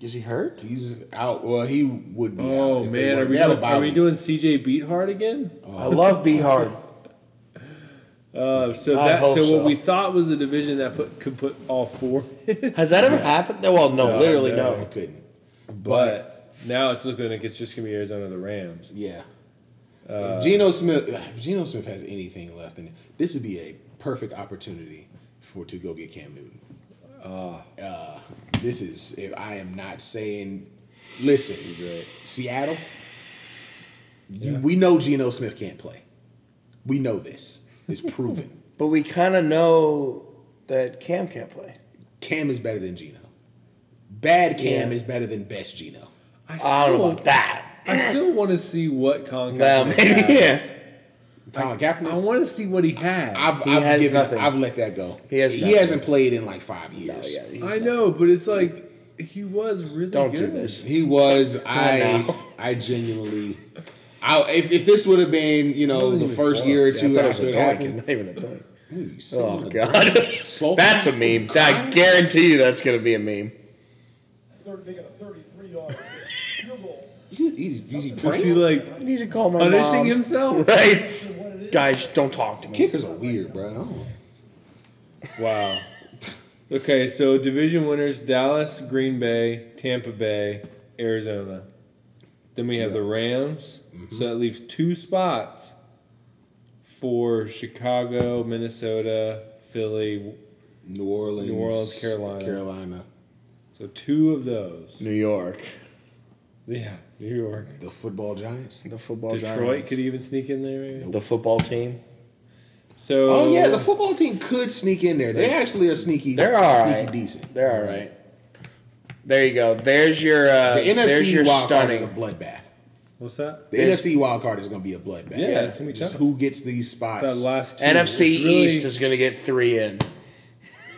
C: Is he hurt?
A: He's out. Well, he would be. out
B: oh
A: if they
B: man, are
A: weren't-
B: we
A: they have a
B: doing,
A: bye
B: are we
A: week.
B: doing CJ Beathard again?
C: I love Beat Hard.
B: Uh, so
C: I
B: that
C: hope
B: so, what
C: so.
B: we thought was a division that put could put all four. in,
C: Has that ever happened? No, Well, no,
B: No,
C: literally
B: no.
C: no.
A: I couldn't. But,
B: but now it's looking like it's just gonna be Arizona the Rams.
A: yeah,
C: Uh,
A: if Geno Smith. If Geno Smith has anything left in it, this would be a perfect opportunity for to go get Cam Newton.
C: Ah.
A: Uh, this is if I am not saying listen, Seattle, you, we know Geno Smith can't play. We know this. It's proven.
C: But we kind of know that Cam can't play.
A: Cam is better than Geno. Bad Cam
C: Yeah.
A: is better than best Geno.
B: I still,
C: I don't know about that.
B: I still want to see what Colin
C: Well,
B: Kaepernick
C: maybe, yeah.
B: has.
A: Colin
B: I
A: Kaepernick,
B: want to see what he has.
A: I've,
C: He
A: I've,
C: has
A: given,
C: nothing.
A: I've let that go.
C: He has
A: he
C: nothing.
A: hasn't played in like five years.
C: yeah, he's
B: I
C: not-
B: know, but it's like he was really
C: Don't
B: good.
C: do this.
A: He was. I
C: know.
A: I genuinely. I, if, if this would have been you know
B: wasn't
A: the
B: even
A: first
B: close.
A: year or
C: Yeah, I
A: two
C: thought it was
A: after
C: a
A: it
C: dog,
A: happened,
C: not even a dog.
A: Ooh, you son of
C: Oh
A: a
C: god,
A: Sultan
C: that's a meme. I guarantee you, that's gonna be a meme.
H: Third, they got a 33 yard field goal.
A: You- He's, he's he
B: Is he
A: praying?
B: like
C: I need to call my
B: punishing
C: mom.
B: himself?
C: Right, guys, don't talk to me.
A: Kickers are weird, bro. I don't know.
B: Wow. Okay, so division winners Dallas, Green Bay, Tampa Bay, Arizona. Then we have the Rams. So that leaves two spots for Chicago, Minnesota, Philly.
A: New Orleans,
B: New Orleans, Carolina.
A: Carolina,
B: So two of those.
C: New York,
B: Yeah, New York.
A: the football giants.
C: the football.
B: Detroit
C: Giants.
B: could even sneak in there. Maybe.
C: the football team.
B: So
A: Oh yeah, the football team could sneak in there. They actually are sneaky.
C: They're all
A: sneaky
C: right.
A: decent.
C: They're all right. There you go. There's your uh,
A: The
C: there's
A: NFC
C: your
A: wild card is a
C: stunning.
A: bloodbath.
B: what's that?
A: The
C: There's-
A: NFC wild card is going to be a bloodbath.
B: Yeah, it's gonna be
A: Just
B: tough.
A: who gets these spots?
B: That last two,
C: NFC
B: it's really-
C: East is going to get three in.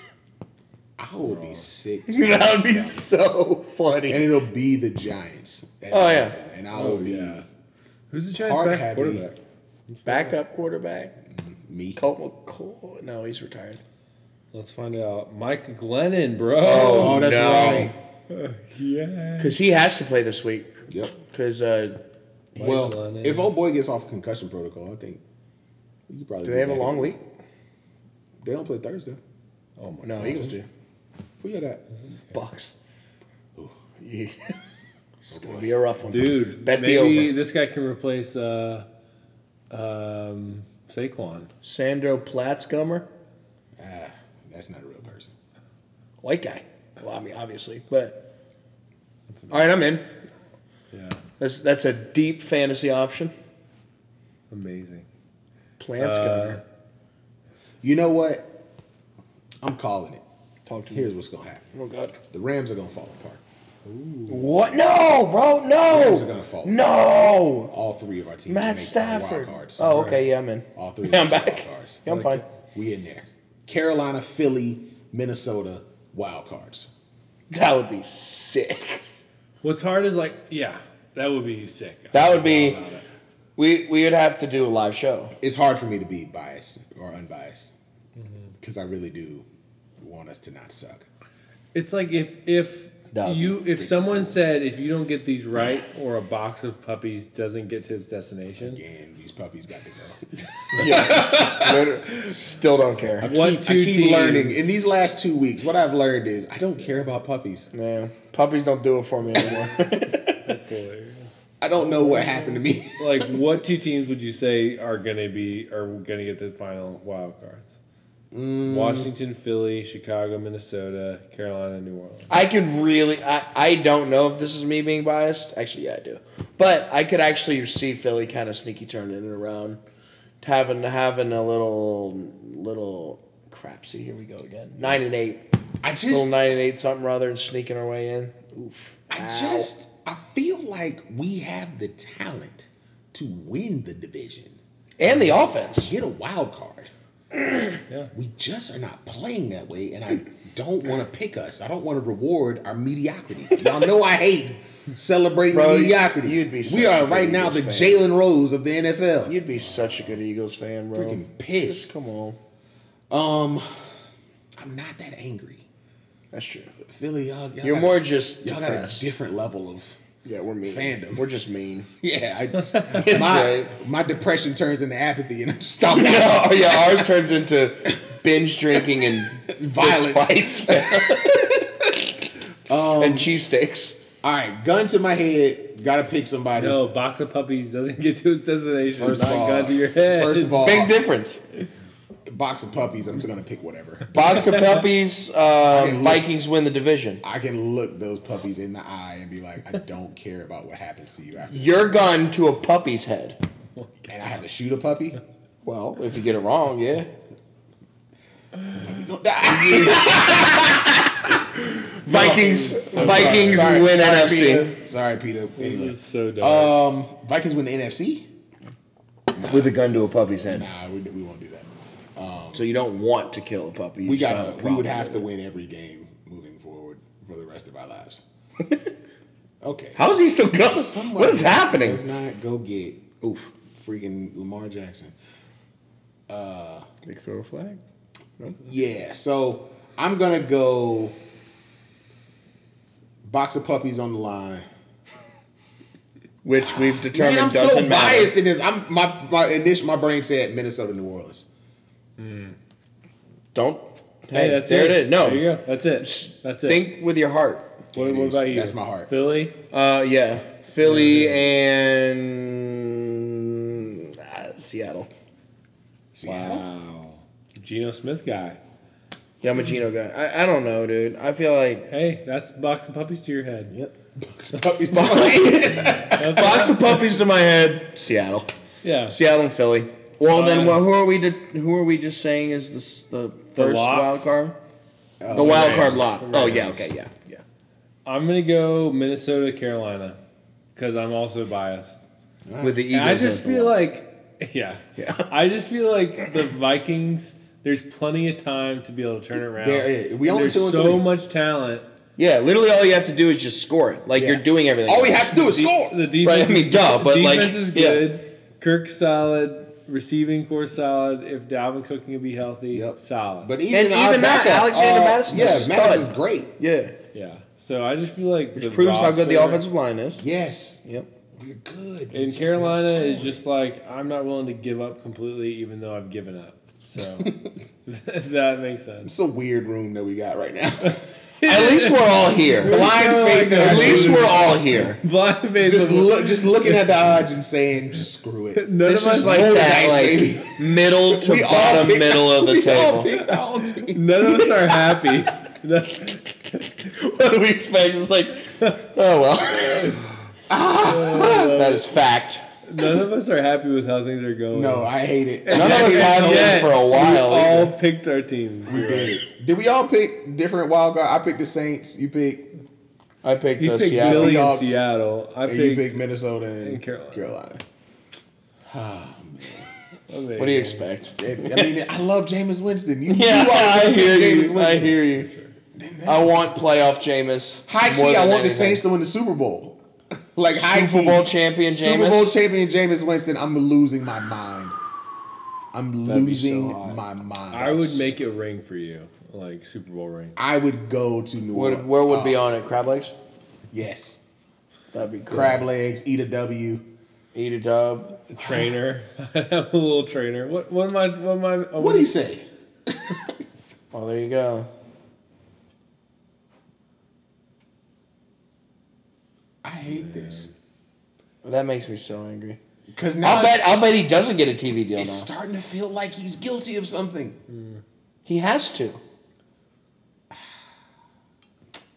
A: I would be sick. to
C: that would be
A: myself.
C: so funny.
A: And it'll be the Giants. And-
C: Oh, yeah.
A: And I will be
B: Who's the Giants'
A: Hard
B: back
A: had
B: quarterback?
C: Backup quarterback
A: me.
C: Colt McCoy. No, he's retired.
B: Let's find out. Mike Glennon, bro.
A: Oh, that's
C: No.
A: right.
B: yeah.
C: Because he has to play this week.
A: Yep.
C: Because uh,
A: Well,
B: Glennon.
A: if old boy gets off concussion protocol, I think you could probably.
C: do
A: be
C: they have a
A: back
C: long
A: in-
C: week?
A: They don't play Thursday.
B: Oh my.
C: No, Eagles do.
A: Who you got?
C: Bucks. Yeah. it's gonna be a rough one,
B: Dude,
C: Bet the
B: maybe
C: over.
B: this guy can replace uh, um, Saquon.
C: Sandro Platzgummer,
A: Ah, that's not a real person.
C: white guy. Well, I mean, obviously, but all right, I'm in.
B: Yeah,
C: That's that's a deep fantasy option.
B: amazing.
C: Platzgummer.
A: Uh, You know what? I'm calling it.
C: Talk to me.
A: Here's what's gonna happen.
C: Oh God.
A: The Rams are gonna fall apart.
C: What? No, bro.
A: Rams are gonna
C: No.
A: fall.
C: No.
A: All three of our teams
C: Matt
A: make our
C: Stafford.
A: Wild cards.
C: Oh, okay. Yeah, I'm in.
A: All three
C: Yeah, I'm
A: of us are
C: back.
A: wild cards.
C: Yeah, I'm
B: Like
C: fine.
A: We in there. Carolina, Philly, Minnesota, wild cards.
C: That would be sick.
B: What's hard is like, yeah, that would be sick.
C: That would be. We we would have to do a live show.
A: It's hard for me to be biased or unbiased
B: Mm-hmm.
A: because I really do want us to not suck.
B: It's like if if
C: That would
B: you
C: be
B: if someone said if you don't get these right or a box of puppies doesn't get to its destination,
A: And these puppies got to go.
C: Still don't care.
B: what
A: Keep-
B: two
A: I keep
B: teams?
A: learning. In these last two weeks, what I've learned is I don't care about puppies.
C: Man, puppies don't do it for me anymore.
B: That's hilarious.
A: I don't know what happened to me.
B: like what two teams would you say are gonna be are gonna get the final wild cards? Washington, Philly, Chicago, Minnesota, Carolina, New Orleans.
C: I can really. I I don't know if this is me being biased. Actually, yeah, I do. But I could actually see Philly kind of sneaky turning it around, having having a little little crap. See, here we go again. Nine and eight.
A: I
C: Little
A: just,
C: nine and eight something rather and sneaking our way in. Oof.
A: I
C: Ow.
A: just, I feel like we have the talent to win the division.
C: and the offense.
A: get a wild card.
B: Yeah.
A: We just are not playing that way, and I don't want to pick us. I don't want to reward our mediocrity. Y'all know I hate celebrating
C: Bro,
A: mediocrity.
C: you'd be such
A: we
C: a
A: are
C: good
A: right now the
C: Eagles fan.
A: Jalen Rose of the NFL.
C: You'd be such a good Eagles fan, bro.
A: Freaking pissed.
C: Just come on.
A: I'm not that angry.
C: That's true.
A: Philly, y'all, y'all
C: You're
A: got-
C: more just
A: y'all
C: depressed.
A: got a different level of.
C: yeah, we're mean.
A: fandom.
C: We're just mean.
A: Yeah, I just
C: It's
A: my,
C: great.
A: my depression turns into apathy, and I just stop. watching.
C: yeah, oh, yeah, ours turns into binge drinking and
A: Violence.
C: fist fights and cheesesteaks.
A: All right, gun to my head. Gotta pick somebody.
B: No, box of puppies doesn't get to its destination.
A: First of
B: Not
A: all-
B: gun to your head.
A: First of all,
C: Big difference.
A: box of puppies. I'm just gonna pick whatever.
C: Box of puppies. Uh,
A: look.
C: Vikings win the division.
A: I can look those puppies in the eye and be like, I don't care about what happens to you after.
C: Your gun to a puppy's head.
A: And I have to shoot a puppy.
C: Well, if you get it wrong, yeah.
A: You gonna die.
C: Vikings. Vikings win NFC.
A: Peter. Sorry, Peter. Anyway,
B: This is so dark.
A: um, Vikings win the NFC.
C: With a gun to a puppy's head.
A: Nah, we, we won't do that.
C: So you don't want to kill a puppy. You
A: We
C: just
A: got.
C: have
A: to
C: a
A: We would
C: problem
A: have
C: with
A: to
C: it.
A: win every game moving forward for the rest of our lives. Okay.
C: How is he still going?
A: Somebody
C: What is happening?
A: Does not go get
C: Oof.
A: freaking Lamar Jackson.
C: Big throw flag.
A: Yeah, so I'm gonna go box of puppies on the line.
C: Which we've determined
A: Man, I'm
C: doesn't
A: so
C: matter.
A: biased in this. I'm my my initial my brain said Minnesota, New Orleans.
C: Don't.
B: hey, that's
C: there
B: it.
C: it is. No.
B: there you go. That's it. That's it.
C: Think with your heart.
B: what, what about you?
A: That's my heart.
B: Philly.
C: Uh, yeah. Philly and uh, Seattle.
A: Seattle.
B: Wow. Geno Smith guy.
C: Yeah, I'm a Geno guy. I, I don't know, dude. I feel like
B: Hey, that's box of puppies to your head.
A: Yep. Box of puppies. to my-
B: That's
C: box of puppies to my head. Seattle.
B: yeah.
C: Seattle and Philly. Well, then,
B: Uh,
C: well, who are we? To, who are we just saying is this the first wild
B: locks?
C: card? the wild card
B: Rams.
C: lock.
B: The
C: Oh yeah,
B: Rams.
C: okay, yeah, yeah.
B: I'm gonna go Minnesota, Carolina, because I'm also biased.
C: With the Eagles,
B: And I
C: as
B: just
C: the
B: feel
C: lock.
B: like, yeah,
C: Yeah.
B: I just feel like the Vikings. There's plenty of time to be able to turn it around.
A: There is. We
B: And
A: only
B: there's
A: two and
B: so
A: three.
B: much talent.
C: yeah, literally all you have to do is just score it. Like
A: Yeah.
C: you're doing everything.
A: All we
C: else.
A: have to do is score.
B: The defense,
C: I mean, duh, but, like,
B: defense is
C: yeah.
B: good. Kirk solid. Receiving core solid. If Dalvin Cook can be healthy,
A: Yep.
B: solid.
A: But
C: And
A: our
C: even that,
A: backup, uh,
C: Alexander Madison's a
A: Yeah,
C: stud.
A: Madison's great.
C: yeah,
B: yeah, so I just feel like
C: which proves how good the
B: roster-
C: offensive line is.
A: Yes,
C: Yep.
A: we're good. We
B: And
A: just
B: Carolina
A: ain't scoring.
B: is just like I'm not willing to give up completely, even though I've given up. So if that makes sense.
A: It's a weird room that we got right now.
C: At least we're all here.
A: Blind
B: so
A: faith.
B: like
A: and
C: At least
A: absolute-
C: we're all here.
B: Blind faith.
A: just
B: of-
A: look, just looking at the odds and saying, "Screw it."
B: None
C: It's
B: of us
C: just like
A: roll the
C: that,
A: dice, baby.
C: like middle to
A: We all
C: bottom
A: picked-
C: middle of the
A: we All
C: table.
A: picked our own team.
B: none of us are happy. None-
C: what do we expect? It's like, oh well. that is fact.
B: None of us are happy with how things are going.
A: No, I hate it.
C: None of us have
B: Yet,
C: been for a while.
B: We all
C: either.
B: picked our teams.
A: We did. Did we all pick different wild card? I picked the Saints. You picked.
C: I picked
B: He
C: the
B: picked
C: Seattle.
B: Billy in
A: Seahawks.
B: Seattle. I
A: And you
B: picked.
A: picked Minnesota and,
B: and Carolina.
A: Carolina.
C: What do you expect?
A: I mean, I love Jameis Winston. You,
C: Yeah,
A: you all
C: I
A: picked
C: hear
A: Jameis
C: you.
A: Winston.
C: I hear you. I want playoff Jameis.
A: High
C: more
A: key, I want
C: than
A: the
C: anything.
A: Saints to win the Super Bowl. Like high
C: Super
A: key.
C: Bowl champion
A: Super Bowl
C: Jameis.
A: champion Jameis Winston. I'm losing my mind. I'm
C: That'd be so
A: losing
C: hot.
A: my mind.
B: I would make it ring for you, like Super Bowl ring.
A: I would go to New
C: Would
A: Orleans.
C: where would be
A: Uh,
C: on it? Crab legs.
A: Yes.
C: That'd be cool.
A: Crab legs, eat a W.
C: Eat a dub.
B: A trainer. I'm a little trainer. What? What am I? What am I? oh
A: What do you say?
C: Well, Oh, there you go.
A: I hate this
C: That makes me so angry.
A: because now
C: I'll bet. I'll bet he doesn't get a TV deal
A: it's
C: now.
A: starting to feel like he's guilty of something.
C: He has to.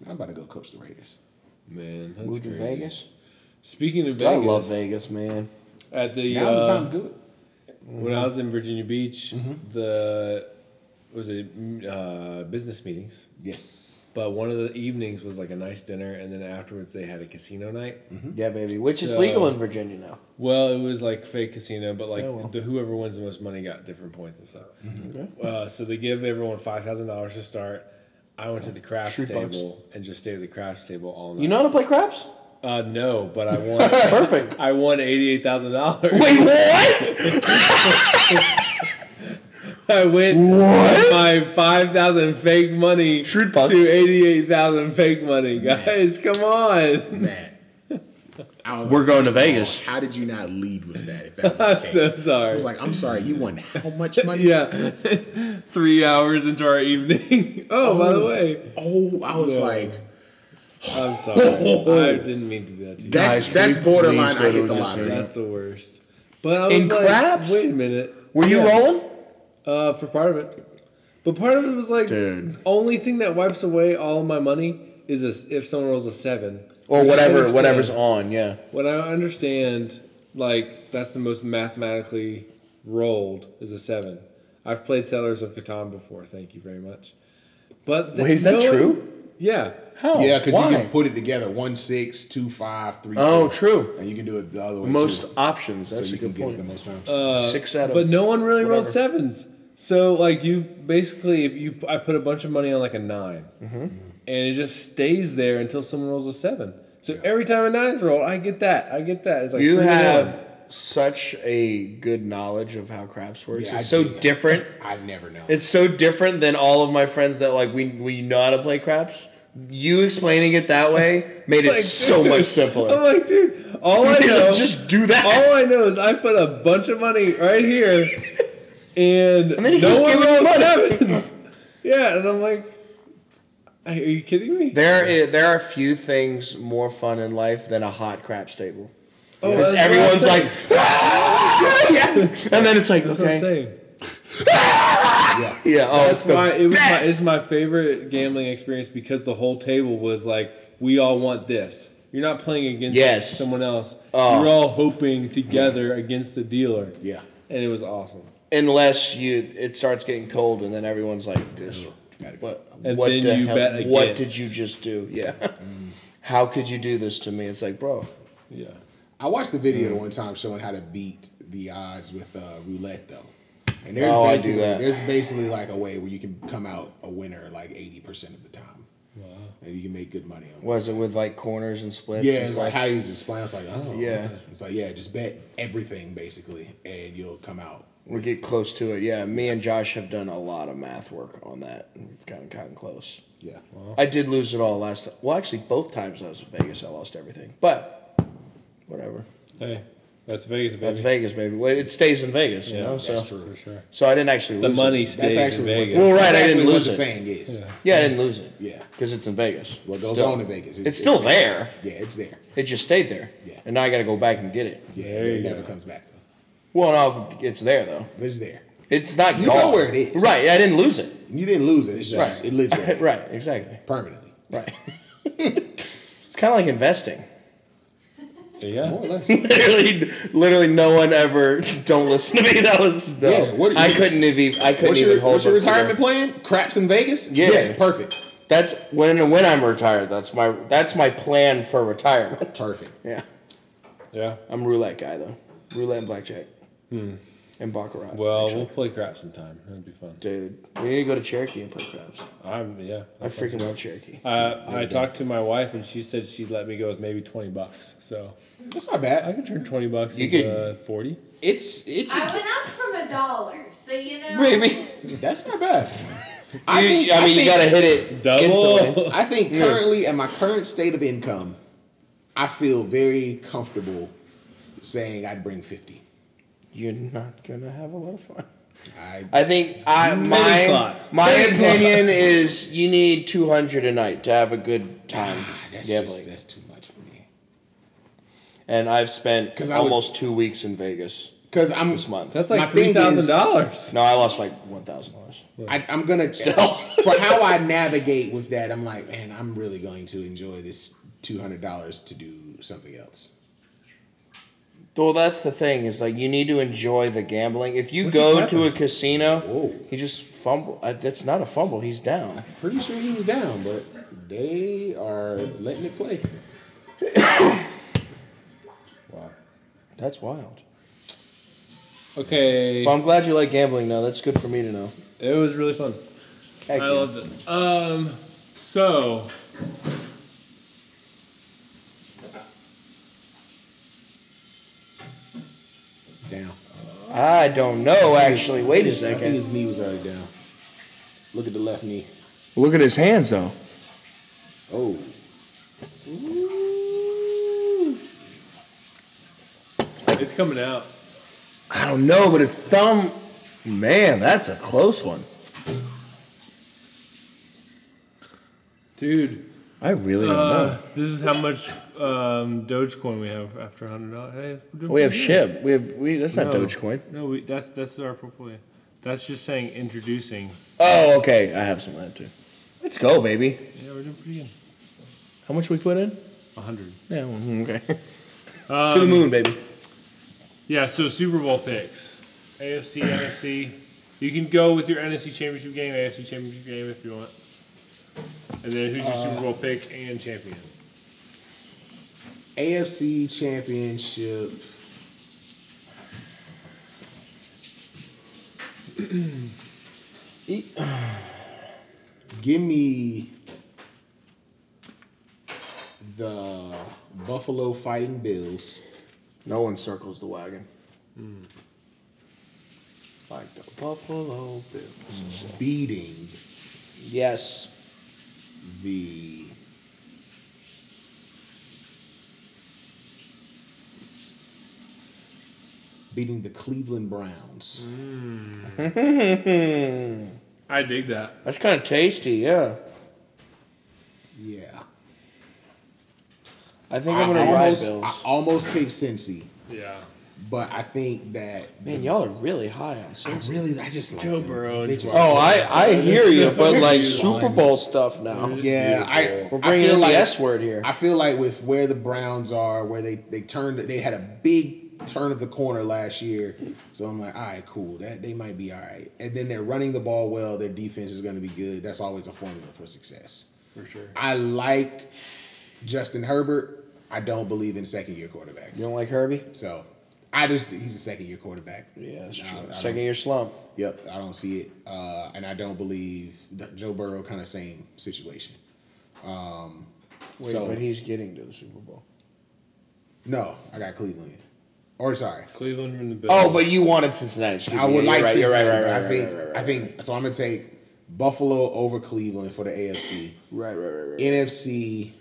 A: I'm about to go coach the Raiders.
B: man? That's
C: Move to
B: crazy.
C: Vegas.
B: Speaking of
C: Dude,
B: Vegas,
C: I love Vegas, man.
B: At the
A: Now's the
B: uh,
A: time to do it.
B: when I was in Virginia Beach, the was it uh, business meetings.
A: Yes.
B: But one of the evenings was like a nice dinner, and then afterwards they had a casino night.
C: Yeah, baby. Which is
B: So-
C: legal in Virginia now.
B: Well, it was like fake casino, but like
C: Oh, well.
B: the whoever wins the most money got different points and stuff.
C: Okay.
B: Uh, so they give everyone five thousand dollars to start. I went to the craps
C: Shoot
B: table
C: bucks.
B: and just stayed at the craps table all night.
C: You know how to play craps?
B: Uh, no, but I won.
C: Perfect.
B: I won eighty eight thousand dollars.
C: Wait, what?
B: I went
C: What?
B: from my five thousand fake money
C: Shrewd bucks.
B: to eighty eight thousand fake money, guys. Come on.
A: Man. I don't-
C: We're going
A: first
C: to
A: of all,
C: Vegas.
A: how did you not lead with that? If that
B: I'm
A: was the
B: so
A: case,
B: sorry.
A: I was like, I'm sorry. You won how much money?
B: yeah, three hours into our evening. oh, by the way,
A: Oh, I was like,
B: I'm sorry. I didn't mean to do that to you.
A: that's
C: Guys, can
A: that's
C: we
A: borderline.
C: please go
A: I
C: to
A: hit
C: a
A: the
C: casino?
A: lottery.
B: That's the worst. But I was
C: In
B: like,
C: craps?
B: wait a minute.
C: Were you
B: Yeah.
C: rolling?
B: Uh, for part of it, but part of it was like
C: Dude.
B: only thing that wipes away all of my money is a, if someone rolls a seven
C: Or
B: Which I
C: whatever,
B: understand.
C: whatever's on. Yeah.
B: What I understand, like that's the most mathematically rolled is a seven. I've played Settlers of Catan before. Thank you very much. But the-
C: Wait, is that
B: no-
C: true?
B: Yeah.
C: How?
A: yeah, because
C: Why?
A: you can put it together one six two five three.
C: Oh,
A: four.
C: true.
A: And you can do it the other way
C: Most
A: too.
C: options.
A: so
C: That's
A: you
C: a
A: can
C: good
A: get it the
C: point.
A: most times.
C: Six out of.
B: Uh, But no one really rolled
C: whatever.
B: sevens. So like you basically if you I put a bunch of money on like a 9
C: Mm-hmm.
B: and it just stays there until someone rolls a seven. So every time a nine's rolled, I get that. I get that. It's like
C: you
B: three to one.
C: have such a good knowledge of how craps works.
A: Yeah,
C: it's
A: I
C: so
A: do.
C: different.
A: I've never known.
C: It's so different than all of my friends that like we we know how to play craps. You explaining it that way made it
B: Like,
C: so
B: dude.
C: much
B: I'm
C: simpler.
B: like, dude, all I
C: Like,
B: know
C: just do that.
B: All I know is I put a bunch of money right here, and,
C: then he
B: no
C: keeps
B: one
C: giving you
B: rolled
C: money.
B: sevens. yeah, and I'm like, are you kidding me?
C: There i- there are few things more fun in life than a hot craps table.
B: Oh,
C: Because
B: that's what I'm
C: everyone's
B: saying.
C: like, "Ah!" and then it's like,
B: that's what I'm
C: okay,
B: saying.
C: yeah, oh,
B: That's
C: it's the
B: why it was my,
C: best.
B: it's my favorite gambling experience because the whole table was like, we all want this. You're not playing against
C: Yes.
B: someone else.
C: Oh.
B: You're all hoping together against the dealer.
A: yeah.
B: and it was awesome.
C: Unless you, it starts getting cold, and then everyone's like, "This, what,
B: And
C: what
B: then
C: the
B: you
C: hell-
B: bet
C: what
B: against. Mm.
C: did you just do? Yeah, how could you do this to me?" It's like, bro,
B: Yeah.
A: I watched the video one time showing how to beat the odds with uh, roulette though. And there's
C: Oh, I do
A: basically
C: that.
A: there's basically like a way where you can come out a winner like eighty percent of the time. Wow. And you can make good money on it.
C: was it with like corners and splits?
A: Yeah, it's like how he's explaining. It's like, oh,
C: Yeah.
A: okay. It's like, yeah, just bet everything basically, and you'll come out.
C: we get close to it. Yeah, me and Josh have done a lot of math work on that. and We've kind of gotten close.
A: Yeah.
C: I did lose it all last. Well, actually, both times I was in Vegas, I lost everything. But whatever,
B: Hey, that's Vegas, baby.
C: that's Vegas, baby. Well, it stays in Vegas, you
B: Yeah,
C: know.
B: that's
C: so,
B: true. For sure.
C: So I didn't actually
B: The
C: lose
B: money
C: It.
B: stays in Vegas.
C: Well,
A: that's
C: right, I
A: actually
C: didn't
A: what
C: lose
A: the
C: it.
A: saying is.
B: Yeah.
C: Yeah, I didn't lose it.
A: Yeah.
C: because it's in Vegas.
A: What goes
C: Still.
A: on in Vegas?
C: It's still there.
A: Yeah, it's there.
C: It just stayed there.
A: Yeah.
C: and now I got to go back and get it.
A: Yeah,
B: There
A: it
B: you
A: never
B: go.
A: comes back though.
C: Well, no, it's there though.
A: But it's there.
C: It's not
A: You
C: gone.
A: know where it is.
C: Right, I didn't lose it.
A: And you didn't lose it. It's just
C: Right.
A: it lives there
C: right, exactly.
A: permanently,
C: Right. it's kind of like investing.
B: Yeah.
A: more or less.
C: literally, literally, no one ever. Don't listen to me. That was no.
A: Yeah, what do
C: I
A: you-
C: couldn't have even. I couldn't
A: What's
C: even
A: your,
C: hold.
A: what's your
C: up to
A: retirement
C: that.
A: plan? Craps in Vegas.
C: Yeah.
A: perfect,
C: That's when when I'm retired. That's my that's my plan for retirement.
A: perfect.
C: Yeah,
B: Yeah.
C: I'm roulette guy though. Roulette and blackjack.
A: Hmm.
C: And baccarat.
B: Well,
C: actually.
B: we'll play crap sometime. That'd be fun.
C: dude, we need to go to Cherokee and play craps.
B: I'm yeah.
C: I freaking love Cherokee.
B: Uh, I talked to my wife and she said she'd let me go with maybe twenty bucks. So
A: That's not
B: I
A: bad.
B: could turn twenty bucks
C: You
B: into forty.
A: It's it's
D: I went up from a dollar, so you know.
C: Baby,
A: that's not bad.
C: I, you, I mean, you
A: think-
C: gotta hit it instantly.
B: Double.
A: I think currently in my current state of income, I feel very comfortable saying I'd bring fifty.
C: You're not gonna have a lot of fun.
A: I
C: I think I my
B: thoughts.
C: my
B: Many
C: opinion is you need 200 a night to have a good time
A: ah, that's
C: gambling.
A: just that's too much for me.
C: and I've spent
A: 'Cause I would-
C: almost two weeks in Vegas
A: Because I'm
C: this month.
B: That's
A: My
B: like
A: thing
B: three
A: is-
B: thousand dollars.
C: no, I lost like one thousand dollars.
A: I, I'm gonna for how I navigate with that. I'm like, man, I'm really going to enjoy this two hundred dollars to do something else.
C: Well, that's the thing is like you need to enjoy the gambling. If you
B: What
C: go
B: just
C: to a
B: happened?
C: casino,
A: Whoa.
C: he just fumble. I, that's not a fumble. He's down.
A: Pretty sure he was down, but they are letting it play.
C: That's wild.
B: Okay.
C: Well, I'm glad you like gambling now. That's good for me to know.
B: It was really fun.
C: Heck
B: I
C: yeah.
B: loved it. Um, so
A: Down.
C: I don't know actually. Wait a
A: I think
C: second.
A: his knee was already down. Look at the left knee.
C: Look at his hands though.
A: Oh,
B: it's coming out.
C: I don't know, but his thumb. Man, that's a close one.
B: Dude,
C: I really don't
B: uh,
C: know.
B: this is how much um, Dogecoin we have after hundred dollars. Hey, we're doing
C: We have
B: pretty
C: SHIB. We have we. That's
B: good.
C: not
B: No.
C: Dogecoin.
B: No, we, that's that's our portfolio. That's just saying introducing.
C: Oh, okay. I have some of that too. Let's go, baby.
B: Yeah, we're doing pretty good.
C: How much we put in?
B: hundred.
C: Yeah. well, Okay.
B: Um,
C: to the moon, baby.
B: Yeah, so Super Bowl picks. AFC, NFC. You can go with your NFC Championship game, AFC Championship game if you want. And then who's your Super Bowl pick and champion?
A: AFC Championship. Give me the Buffalo Fighting Bills.
C: No one circles the wagon. Hmm. Like the Buffalo Bills.
A: beating
C: Yes.
A: the beating the Cleveland Browns.
C: That's
B: I dig that.
C: kind of tasty. Yeah.
A: Yeah.
C: I
A: I,
C: think I'm gonna ride
A: almost, I
C: Bills.
A: almost picked Cincy,
B: Yeah.
A: but I think that
C: Man, y'all are really high on.
A: I really I just like
B: Joe
A: them.
B: Burrow
A: They
B: and
A: just-
C: Oh, I, I hear you, but like
A: Just
C: Super Bowl stuff now.
A: yeah, I
C: We're
A: I
C: bringing
A: feel
C: in the
A: like
C: S word here.
A: I feel like with where the Browns are, where they they turned, they had a big turn of the corner last year. So I'm like, all right, cool. That they might be all right. And then they're running the ball well. Their defense is going to be good. That's always a formula for success.
B: for sure.
A: I like Justin Herbert. I don't believe in second year quarterbacks.
C: You don't like Herbie?
A: So I just he's a second year quarterback.
C: Yeah, that's
A: No,
C: true.
A: I don't-
C: Second year slump.
A: Yep, I don't see it, uh, and I don't believe that Joe Burrow kind of same situation.
C: Wait,
A: So-
C: but he's getting to the Super Bowl.
A: No, I got Cleveland, or sorry,
B: Cleveland from the Bills.
C: Oh, but you wanted Cincinnati. Excuse
A: I
C: me.
A: would
C: Yeah,
A: like
C: you're right, you're
A: Cincinnati. but
C: Right, right, right,
A: I think
C: right, right,
A: I think so. I'm gonna take Buffalo over Cleveland for the AFC,
C: Right, right, right, right.
A: NFC,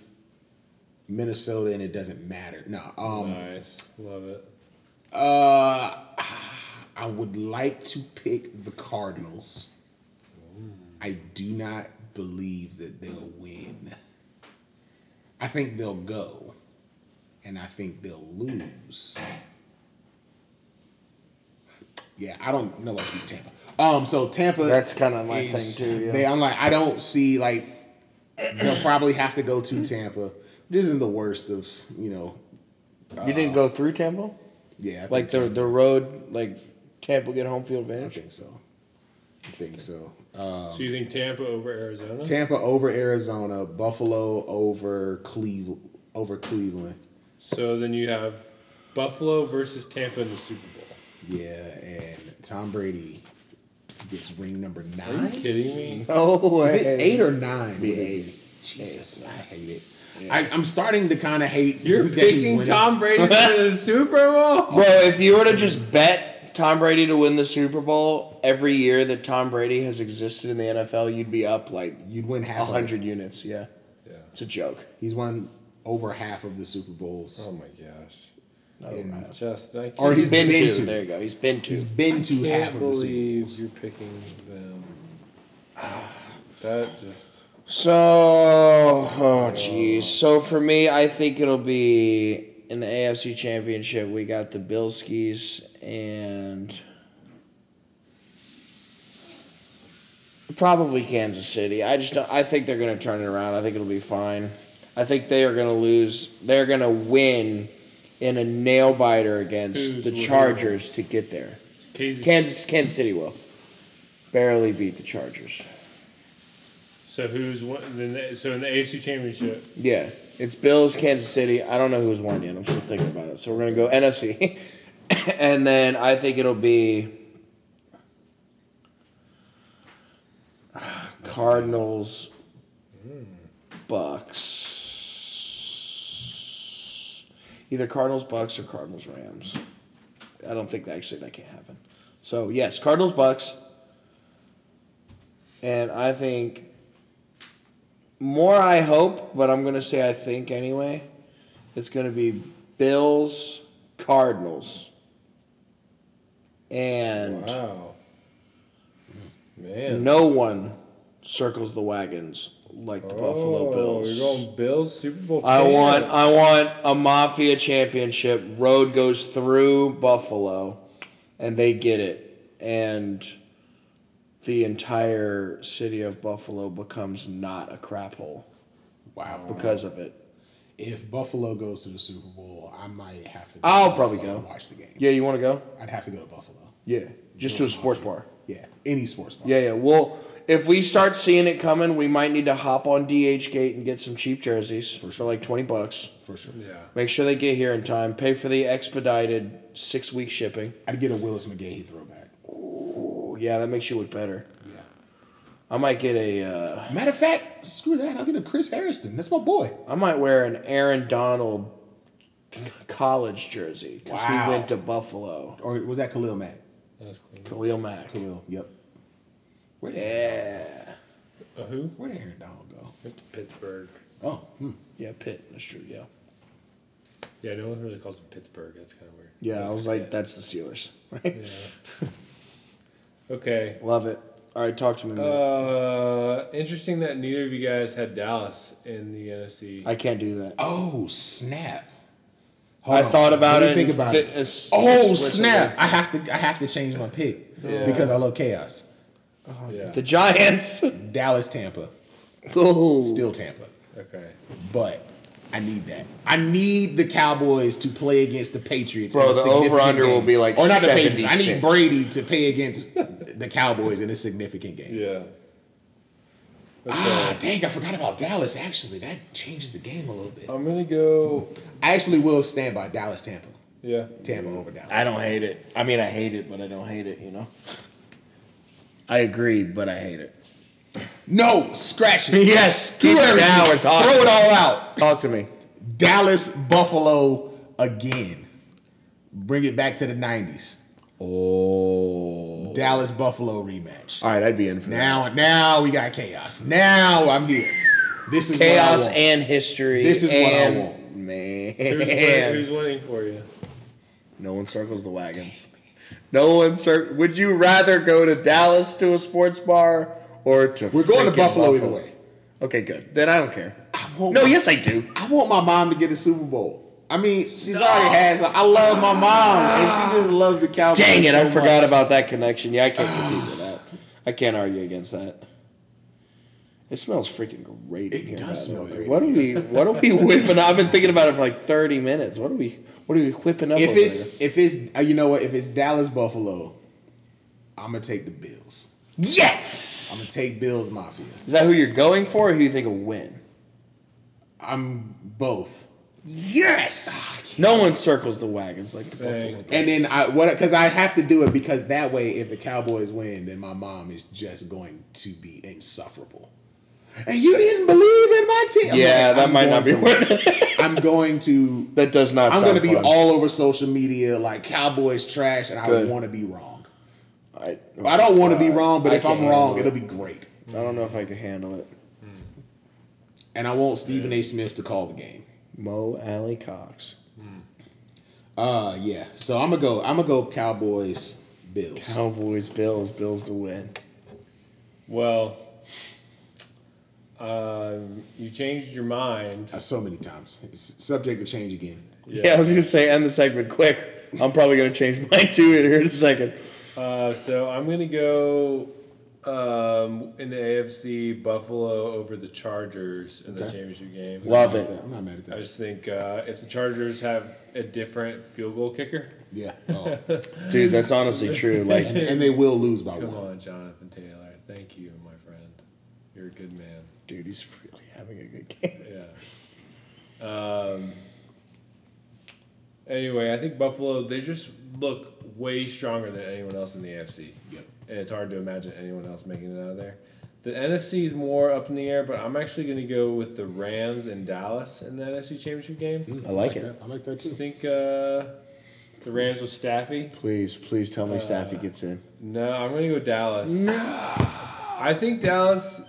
A: Minnesota, and it doesn't matter. No, um,
B: nice, love it.
A: uh, I would like to pick the Cardinals. I do not believe that they'll win. I think they'll go, and I think they'll lose. Yeah, I don't know what's beat Tampa. Um, so Tampa.
C: That's kinda my thing
A: is-
C: too, yeah.
A: They, I'm like, I don't see like they'll probably have to go to Tampa. This isn't the worst of you know.
C: you didn't go through Tampa?
A: Yeah, I think
C: Like the the road, like Tampa get home field
A: I
C: advantage?
A: think so. I think so.
B: so you think Tampa over Arizona?
A: Tampa over Arizona, Buffalo over Cleveland, over Cleveland.
B: so then you have Buffalo versus Tampa in the Super Bowl.
A: Yeah, and Tom Brady gets ring number
B: Are you
A: nine.
B: kidding me?
C: No way.
A: Is it eight or nine?
C: Be
A: really?
C: eight.
A: Jesus, I hate it. I, I'm starting to kind of hate.
B: You're
A: that he's
B: picking
A: winning.
B: Tom Brady to the Super Bowl?
C: Bro, if you were to just bet Tom Brady to win the Super Bowl every year that Tom Brady has existed in the NFL, you'd be up like
A: You'd win half. Of it.
C: hundred units. Yeah,
B: Yeah.
C: it's a joke.
A: He's won over half of the Super Bowls.
B: Oh my gosh.
C: No,
A: And-
B: Just I can't,
A: Or
C: he's been, to. There you go. He's been to.
A: He's been to
B: can't
A: half of the Super
B: believe you're picking them. That just
C: So, oh jeez. So for me, I think it'll be in the AFC Championship. We got the Bilskies and probably Kansas City. I just don't, I think they're going to turn it around. I think it'll be fine. I think they are going to lose. They're going to win in a nail biter against
B: Who's
C: the
B: winning?
C: Chargers to get there.
B: Kansas.
C: Kansas Kansas City will barely beat the Chargers.
B: So who's won? Then the, so in the AFC Championship,
C: Yeah, it's Bills, Kansas City. I don't know who's won yet. I'm still thinking about it. So we're gonna go NFC, and then I think it'll be Cardinals, Bucks. Either Cardinals, Bucks, or Cardinals, Rams. I don't think that actually that can happen. So yes, Cardinals, Bucks, and I think more I hope, but I'm gonna say I think anyway. It's gonna be Bills, Cardinals, and
B: wow, man,
C: no one circles the wagons like the Buffalo Bills.
B: We're Oh, going Bills Super Bowl.
C: I
B: champs.
C: want I want a mafia championship. Road goes through Buffalo, and they get it, and the entire city of Buffalo becomes not a crap hole
A: Wow.
C: because of it.
A: If Buffalo goes to the Super Bowl, I might have to. Go
C: I'll
A: to
C: probably
A: Buffalo
C: go.
A: and watch the game.
C: Yeah, you want to go?
A: I'd have to go to Buffalo.
C: Yeah, just to a sports bar.
A: Yeah, any sports bar.
C: Yeah, yeah. Well, if we start seeing it coming, we might need to hop on DH gate and get some cheap jerseys for like twenty bucks.
A: for sure.
B: Yeah,
C: Make sure they get here in time. Pay for the expedited six week shipping.
A: I'd get a Willis McGahee throwback.
C: Ooh, yeah, that makes you look better.
A: Yeah.
C: I might get a. Uh,
A: Matter of fact, screw that. I'll get a Chris Harrison. That's my boy.
C: I might wear an Aaron Donald college jersey because
A: Wow.
C: he went to Buffalo.
A: Or was that Khalil Mack?
B: that's cool.
C: Khalil Mack.
A: Khalil. Yep. Where
C: Yeah.
B: Uh, who?
A: Where did Aaron Donald go?
B: It's Pittsburgh.
A: Oh, hmm.
C: Yeah, Pitt. That's true. Yeah.
B: Yeah, no one really calls them Pittsburgh. That's kind of weird.
C: Yeah, I was like, that's the Steelers. Right.
B: Yeah. okay.
C: Love it. All right, talk to me. man.
B: Uh, interesting that neither of you guys had Dallas in the NFC.
C: I can't do that.
A: oh snap!
C: I
A: Hold on.
C: thought about
A: Let
C: it.
A: me Think
C: and uh,
A: about
C: fit-
A: it.
C: it's-
A: Oh
C: explicitly.
A: snap! I have to. I have to change my pick
B: Yeah.
A: because I love chaos.
B: yeah.
C: The Giants.
A: Dallas, Tampa,
C: Ooh.
A: still Tampa,
B: okay.
A: but I need that. I need the Cowboys to play against the Patriots. in
C: Bro,
A: a
C: the
A: significant
C: over-under
A: game.
C: will be like
A: or not the Patriots. I need
C: 76.
A: Brady to play against the Cowboys in a significant game.
B: Yeah.
A: Ah, dang! I forgot about Dallas. Actually, that changes the game a little bit.
B: I'm gonna go.
A: I actually will stand by Dallas, Tampa,
B: Yeah.
A: Tampa over Dallas.
C: I don't hate it. I mean, I hate it, but I don't hate it. You know. I agree, but I hate it.
A: no, scratch it.
C: Yes,
A: Screw
C: get it
A: everything.
C: now and talk.
A: Throw it all out.
C: Talk to me.
A: Dallas, Buffalo again. Bring it back to the '90s.
C: Oh.
A: Dallas, Buffalo rematch.
C: All right, I'd be in for that.
A: Now, now we got chaos. Now I'm here. This is
C: Chaos
A: what I want.
C: and history.
A: This is what I
C: and-
A: want.
B: Who's,
C: Man,
B: win- who's winning for you?
C: no one circles the wagons. No one cir- Would you rather go to Dallas to a sports bar or to?
A: We're going to
C: freaking
A: Buffalo, either way.
C: Okay, good. Then I don't care.
A: I want,
C: No, yes, I do.
A: I want my mom to get a Super Bowl. I mean, she's already has. I love my mom, and she just loves the Cowboys.
C: Dang it, I
A: so
C: forgot
A: much.
C: about that connection. Yeah, I can't compete with that. I can't argue against that. It smells freaking great in
A: It
C: here.
A: does
C: by the
A: smell
C: way.
A: great
C: What are we? What are we whipping? up? I've been thinking about it for like thirty minutes. What are we? What are we whipping up?
A: If
C: over
A: it's if it's uh, you know what if it's Dallas Buffalo, I'm gonna take the Bills.
C: there?
A: I'm
C: yes.
A: gonna take Bills Mafia.
C: Is that who you're going for, or who you think will win?
A: I'm both.
C: Yes. Ah, No one circles the wagons like the
B: Dang.
C: Buffalo.
A: And then I what because I have to do it because that way if the Cowboys win, then my mom is just going to be insufferable. And you didn't believe in my team. I'm
C: Yeah,
A: like,
C: that
A: I'm
C: might not be
A: going
C: worth it.
A: to- I'm going to.
C: that does not.
A: I'm
C: sound
A: going to be
C: fun.
A: all over social media like Cowboys trash, and
C: Good.
A: I want to be wrong.
C: I,
A: I don't want to be wrong, but
C: Uh, I
A: if I'm
C: can't
A: wrong,
C: handle
A: it'll
C: it.
A: be great.
C: I don't know if I can handle it.
A: And I want Stephen A. Smith to call the game.
C: Mo Alley Cox.
A: Uh, yeah. So I'm gonna go. I'm gonna go Cowboys Bills.
C: Cowboys, Bills, Bills to win.
B: Well, um, you changed your mind.
A: Uh, so many times. It's subject to change again.
C: Yeah. I was gonna say end the segment quick. I'm probably gonna change mine too in here in a second.
B: Uh, so I'm gonna go um, in the AFC Buffalo over the Chargers in the
A: Okay.
B: championship game.
C: Love
A: I'm
C: it.
A: not mad at
B: I
A: that.
B: just think uh, if the Chargers have a different field goal kicker,
A: Yeah. Oh.
C: Dude, that's honestly true. Like
A: and they will lose by
B: come
A: one.
B: on, Jonathan Taylor. Thank you, my friend. You're a good man.
C: dude, he's really having a good game.
B: Yeah. Um, anyway, I think Buffalo, they just look way stronger than anyone else in the AFC.
A: Yep.
B: And it's hard to imagine anyone else making it out of there. The NFC is more up in the air, but I'm actually going to go with the Rams and Dallas in the NFC Championship game.
C: I like it.
A: I like that
B: I think uh, the Rams with Staffy.
C: Please, please tell me
A: Uh,
C: Staffy gets in.
B: No, I'm gonna go Dallas. I think Dallas.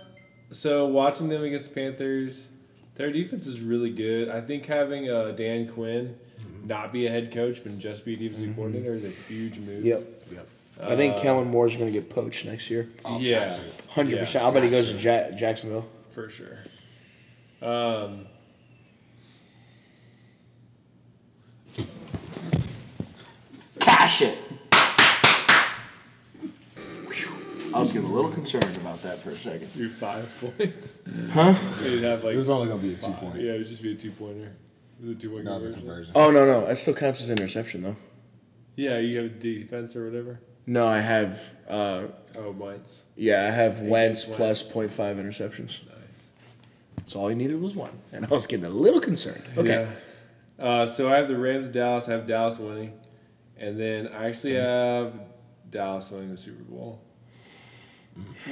B: So watching them against the Panthers, their defense is really good. I think having uh, Dan Quinn not be a head coach but just be a defensive coordinator is a huge move.
C: Yep.
A: Yep. Uh,
C: I think Kellen Moore's gonna get poached next year.
B: yeah,
C: Hundred percent. I'll bet he goes to ja- Jacksonville.
B: for sure.
C: Cash it. I was getting a little concerned about that for a second.
B: Through five points, huh? You'd have like
A: It was only gonna be a two point.
B: yeah, it would just be a two pointer. It was a two point
A: That was a
B: conversion.
A: conversion.
C: Oh no no, that still counts as interception though.
B: Yeah, you have defense or whatever.
C: No, I have uh
B: Oh, mine's
C: Yeah, I have Wentz
B: Wentz.
C: plus 0.5 interceptions.
B: nice.
C: So all he needed was one. And I was getting a little concerned. Okay.
B: Yeah. Uh, so I have the Rams, Dallas. I have Dallas winning, and then I actually have Dallas winning the Super Bowl,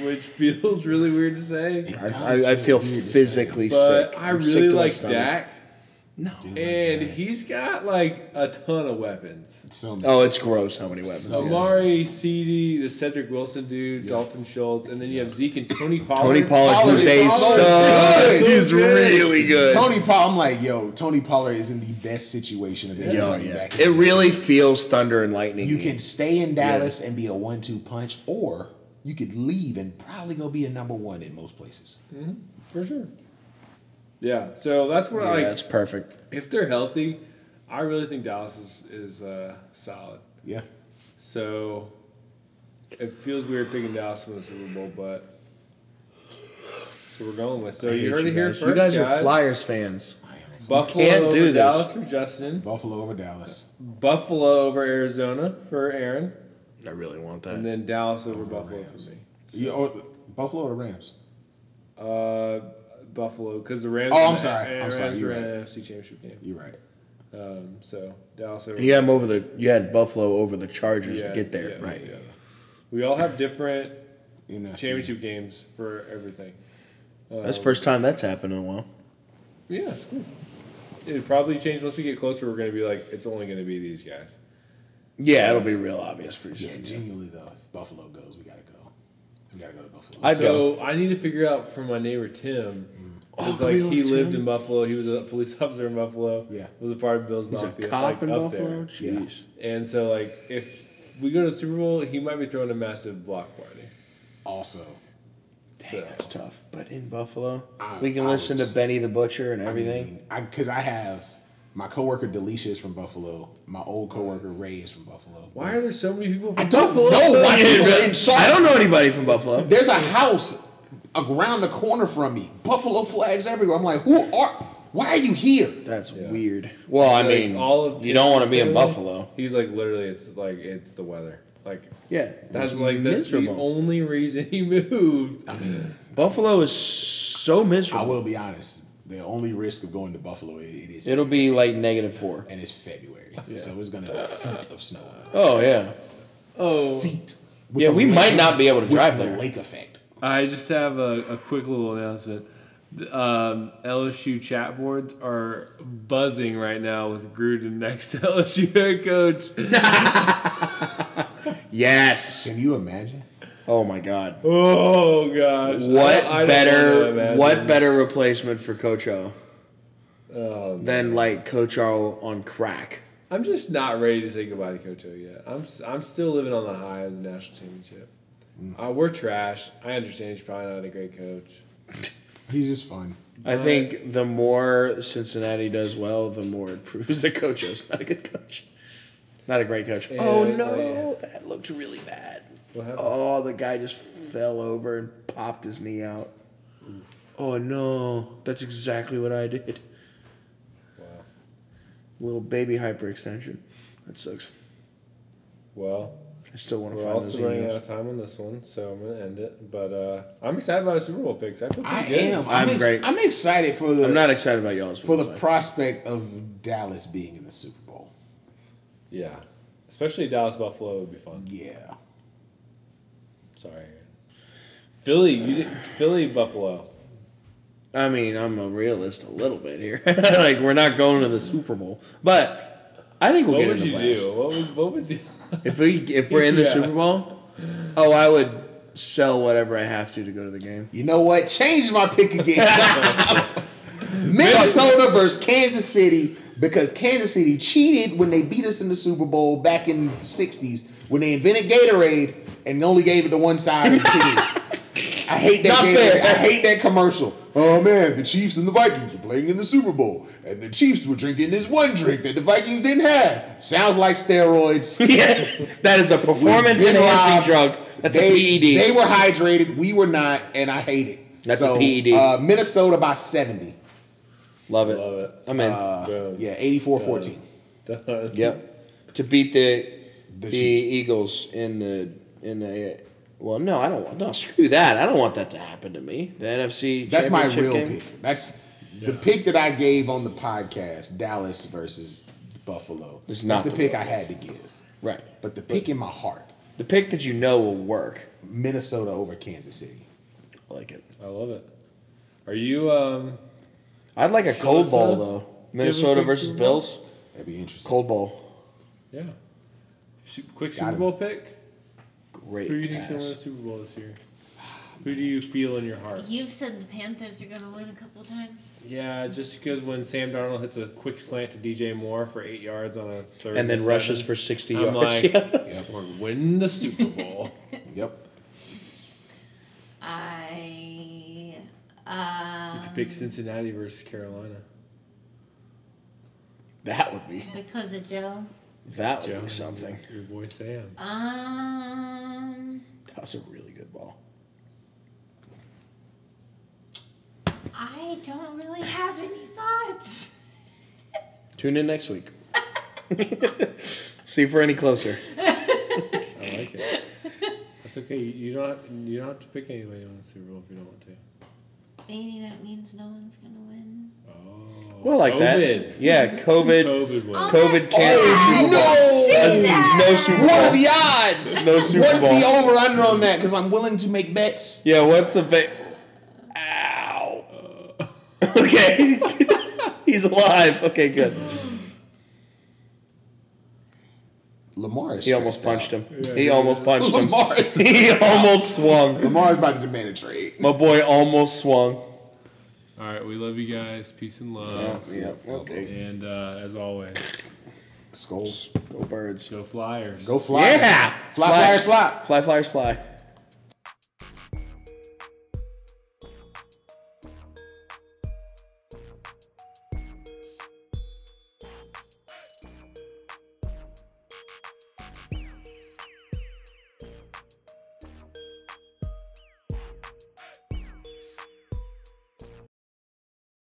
B: which feels really weird to say,
C: I, I, I feel physically sick.
B: but I
C: I'm
B: really
C: sick to my
B: like
C: stomach. Oh
B: Dak,
C: No.
A: eh.
B: and he's got like a ton of weapons.
A: So
C: Oh, it's gross how many weapons.
A: So-
C: he has.
B: Amari, CD, the Cedric Wilson dude, Dalton Schultz, and then you have Zeke and Tony Pollard.
C: Tony Pollard,
A: Pollard
C: who's
A: is
C: a
A: so
C: stud.
A: good.
C: He's really good.
A: Tony Paul, I'm like, yo, Tony Pollard is in the best situation of any
C: Yo,
A: running
C: yeah.
A: back.
C: It really feels thunder and lightning.
A: you can stay in Dallas and be a one-two punch, or you could leave and probably go be a number one in most places.
B: for sure. Yeah, so that's what
C: Yeah,
B: I like.
C: that's perfect.
B: If they're healthy, I really think Dallas is is uh, solid.
A: Yeah.
B: So it feels weird picking Dallas in the Super Bowl, but so we're going with. So
C: I
B: you
C: hate
B: heard it here
C: guys.
B: first.
C: You guys are Flyers fans.
B: Buffalo
F: can't
B: over
F: do this.
B: Dallas for Justin.
A: Buffalo over Dallas.
B: Buffalo over Arizona for Aaron,
F: I really want that.
B: and then Dallas over Buffalo
A: Rams.
B: for me.
A: You, or, Buffalo or the Rams?
B: Uh, Buffalo, because the Rams.
A: Oh, I'm sorry. I'm
B: Rams
A: sorry, you're
B: were in
A: right.
B: an NFC Championship game.
A: You're right.
B: Um, so Dallas over.
C: You had 'em over the. You had Buffalo over the Chargers
B: Yeah,
C: to get there,
B: yeah,
C: right?
B: yeah. We all have different
A: NFC.
B: championship games for everything.
C: That's the first time that's happened in a while.
B: Yeah, it's cool. It probably changed once we get closer. We're gonna be like, it's only gonna be these guys.
C: Yeah, it'll be real obvious pretty
A: Yeah,
C: soon.
A: genuinely though, if Buffalo goes, we gotta go. We gotta go to Buffalo.
C: I'd go.
B: so I need to figure out from my neighbor Tim, because
C: Oh,
B: like
C: really,
B: he lived
C: Tim?
B: in Buffalo. He was a police officer in Buffalo.
A: Yeah.
B: was a part of Bill's
C: He's a
B: mafia.
C: cop
B: like,
C: in
B: up
C: Buffalo.
B: There.
C: Jeez.
B: And so like if we go to the Super Bowl, he might be throwing a massive block party.
A: Also,
B: So
C: That's tough. But in Buffalo,
A: I-
C: we can
A: I
C: listen
A: was-
C: to Benny the Butcher and everything.
A: I because I, have my coworker Delisha is from Buffalo. My old coworker Ray is from Buffalo.
B: why are there so many people?
A: I
B: From
A: don't know why people in
C: I
A: Charlotte.
C: don't know anybody from Buffalo.
A: There's a house around the corner from me. Buffalo flags everywhere. I'm like, who are? Why are you here?
C: That's weird.
F: Well, I
B: like,
F: mean, you
B: Tim's
F: don't want to be in
B: family?
F: Buffalo.
B: He's like literally, it's like it's the weather. Like
C: Yeah,
B: that's
C: it's
B: like that's the
C: miserable.
B: only reason he moved.
C: Buffalo is so
A: I
C: miserable.
A: will be honest. The only risk of going to Buffalo is it is
F: It'll be like negative four.
A: and it's February, so it's gonna be
F: Uh,
A: feet of snow.
F: Oh yeah.
A: Feet. With
F: Yeah,
A: the
F: we
A: lake-
F: might not be able to
A: with
F: drive
A: the
F: there.
A: Lake effect.
B: I just have a, a quick little announcement. Um, LSU chat boards are buzzing right now with Gruden next to LSU head coach.
C: Yes.
A: Can you imagine?
C: Oh my God.
B: Oh gosh! I- I
C: What
B: don't wanna
C: better?
B: imagine.
C: What better replacement for Coach O
B: Oh,
C: than like Coach O on crack?
B: I'm just not ready to say goodbye to Koto yet. I'm s- I'm still living on the high of the national championship.
C: Mm.
B: Uh, we're trash. I understand he's probably not a great coach.
A: He's just fun.
C: I think the more Cincinnati does well, the more it proves that Coach O's not a good coach. Not a great coach. oh
B: Yeah,
C: no,
B: oh,
C: that looked really bad.
B: What happened?
C: Oh, the guy just fell over and popped his knee out. Oh no, that's exactly what I did. Wow. Little baby hyperextension. That sucks.
B: Well,
C: I still want
B: we're
C: to find those
B: also running out
C: emails.
B: of time on this one, so I'm gonna end it. But uh, I'm excited about our Super Bowl picks. I, feel pretty
A: I
B: good.
A: am.
C: I'm
A: I'm, ex-
C: great.
A: I'm excited for the
C: I'm not excited about y'all's.
A: for the
C: but it's fine.
A: prospect of Dallas being in the Super Bowl.
B: Yeah, especially Dallas Buffalo would be fun.
A: Yeah.
B: Sorry, Aaron. Philly, you did, Philly Buffalo.
C: I mean, I'm a realist a little bit here. like we're not going to the Super Bowl, but I think we'll
B: What
C: get
B: would
C: in the
B: you
C: playoffs.
B: do? What would what would you?
C: If we if we're in the
B: Yeah.
C: Super Bowl, oh, I would sell whatever I have to to go to the game.
A: You know what? Change my pick again. Minnesota versus Kansas City because Kansas City cheated when they beat us in the Super Bowl back in the 60s when they invented Gatorade and only gave it to one side of the team. I hate that
C: Not
A: Gatorade.
C: fair.
A: I hate that commercial. Oh man, the Chiefs and the Vikings are playing in the Super Bowl, and the Chiefs were drinking this one drink that the Vikings didn't have. Sounds like steroids.
C: yeah, that is a performance
A: We've been
C: enhancing
A: robbed.
C: drug. That's
A: they,
C: a E PED.
A: They were hydrated. We were not, and I hate it.
C: That's
A: so,
C: a PED.
A: Uh, Minnesota by 70.
C: love it.
B: Love it.
C: I'm in.
B: Boom.
A: Yeah, 84 14.
B: Done.
C: yep. To beat the
A: The
C: the,
A: Chiefs.
C: Eagles in the in the well, no, I don't want. No, screw that. I don't want that to happen to me. The NFC.
A: That's my
C: championship
A: real
C: game.
A: pick. That's the pick that I gave on the podcast Dallas versus Buffalo. That's
C: It's not
A: the
C: the
A: pick I had to give.
C: Right.
A: But the pick in my heart
C: The pick that you know will work.
A: Minnesota over Kansas City.
C: I like it.
B: I love it. Are you um?
C: I'd like a cold
B: us
C: bowl
B: a-
C: though. Minnesota
B: quick
C: versus
B: Super Bowl.
C: Bills.
A: That'd be interesting.
C: Cold bowl.
B: Yeah. Su- Quick
A: Got
B: Super
A: him.
B: Bowl pick.
C: Great.
B: Who do you think's gonna win the
C: pass.
B: Super Bowl this year? Who do you feel in your heart?
D: You've said the Panthers are gonna win a couple times.
B: Yeah, just because when Sam Darnold hits a quick slant to DJ Moore for eight yards on a third,
C: And then
B: seven,
C: rushes for 60
B: I'm
C: yards.
B: like,
C: Yeah.
B: we're winning the Super Bowl.
A: Yep.
D: I
B: you
D: um
B: could pick Cincinnati versus Carolina.
C: That would be
D: because of Joe.
C: that would
B: Joe,
C: be something.
B: Your boy Sam.
D: Um
C: That was a really good ball.
D: I don't really have any thoughts.
F: Tune in next week. See if we're any closer.
B: I like it. That's okay. You you don't have, you don't have to pick anybody on the Super Bowl if you don't want to.
D: Maybe that means no one's gonna win.
B: Oh,
F: Well, like
B: COVID.
F: that. Yeah, COVID.
B: COVID
D: Oh,
B: won.
F: COVID
D: that's
F: cancels
D: sad.
F: Super Bowl.
A: No!
F: No Super Bowl.
A: What are the odds?
F: No Super
A: What's
F: Bowl.
A: the over under on that? Because I'm willing to make bets.
F: yeah, what's the fa- Ow. Okay. He's alive. Okay, good.
A: Lamar is
F: He almost
A: stressed
F: punched
A: out.
F: him. He almost punched him.
A: Lamar is
F: He almost swung.
A: Lamar's about to demand a trade.
F: My boy almost swung.
B: All right, we love you guys. Peace and love.
F: Yeah. Okay.
B: And uh, as always,
A: Skulls.
F: Go birds.
B: go Flyers.
A: Go fly.
F: Yeah.
A: Fly,
F: Fly.
A: flyers, fly.
F: Fly, flyers, fly.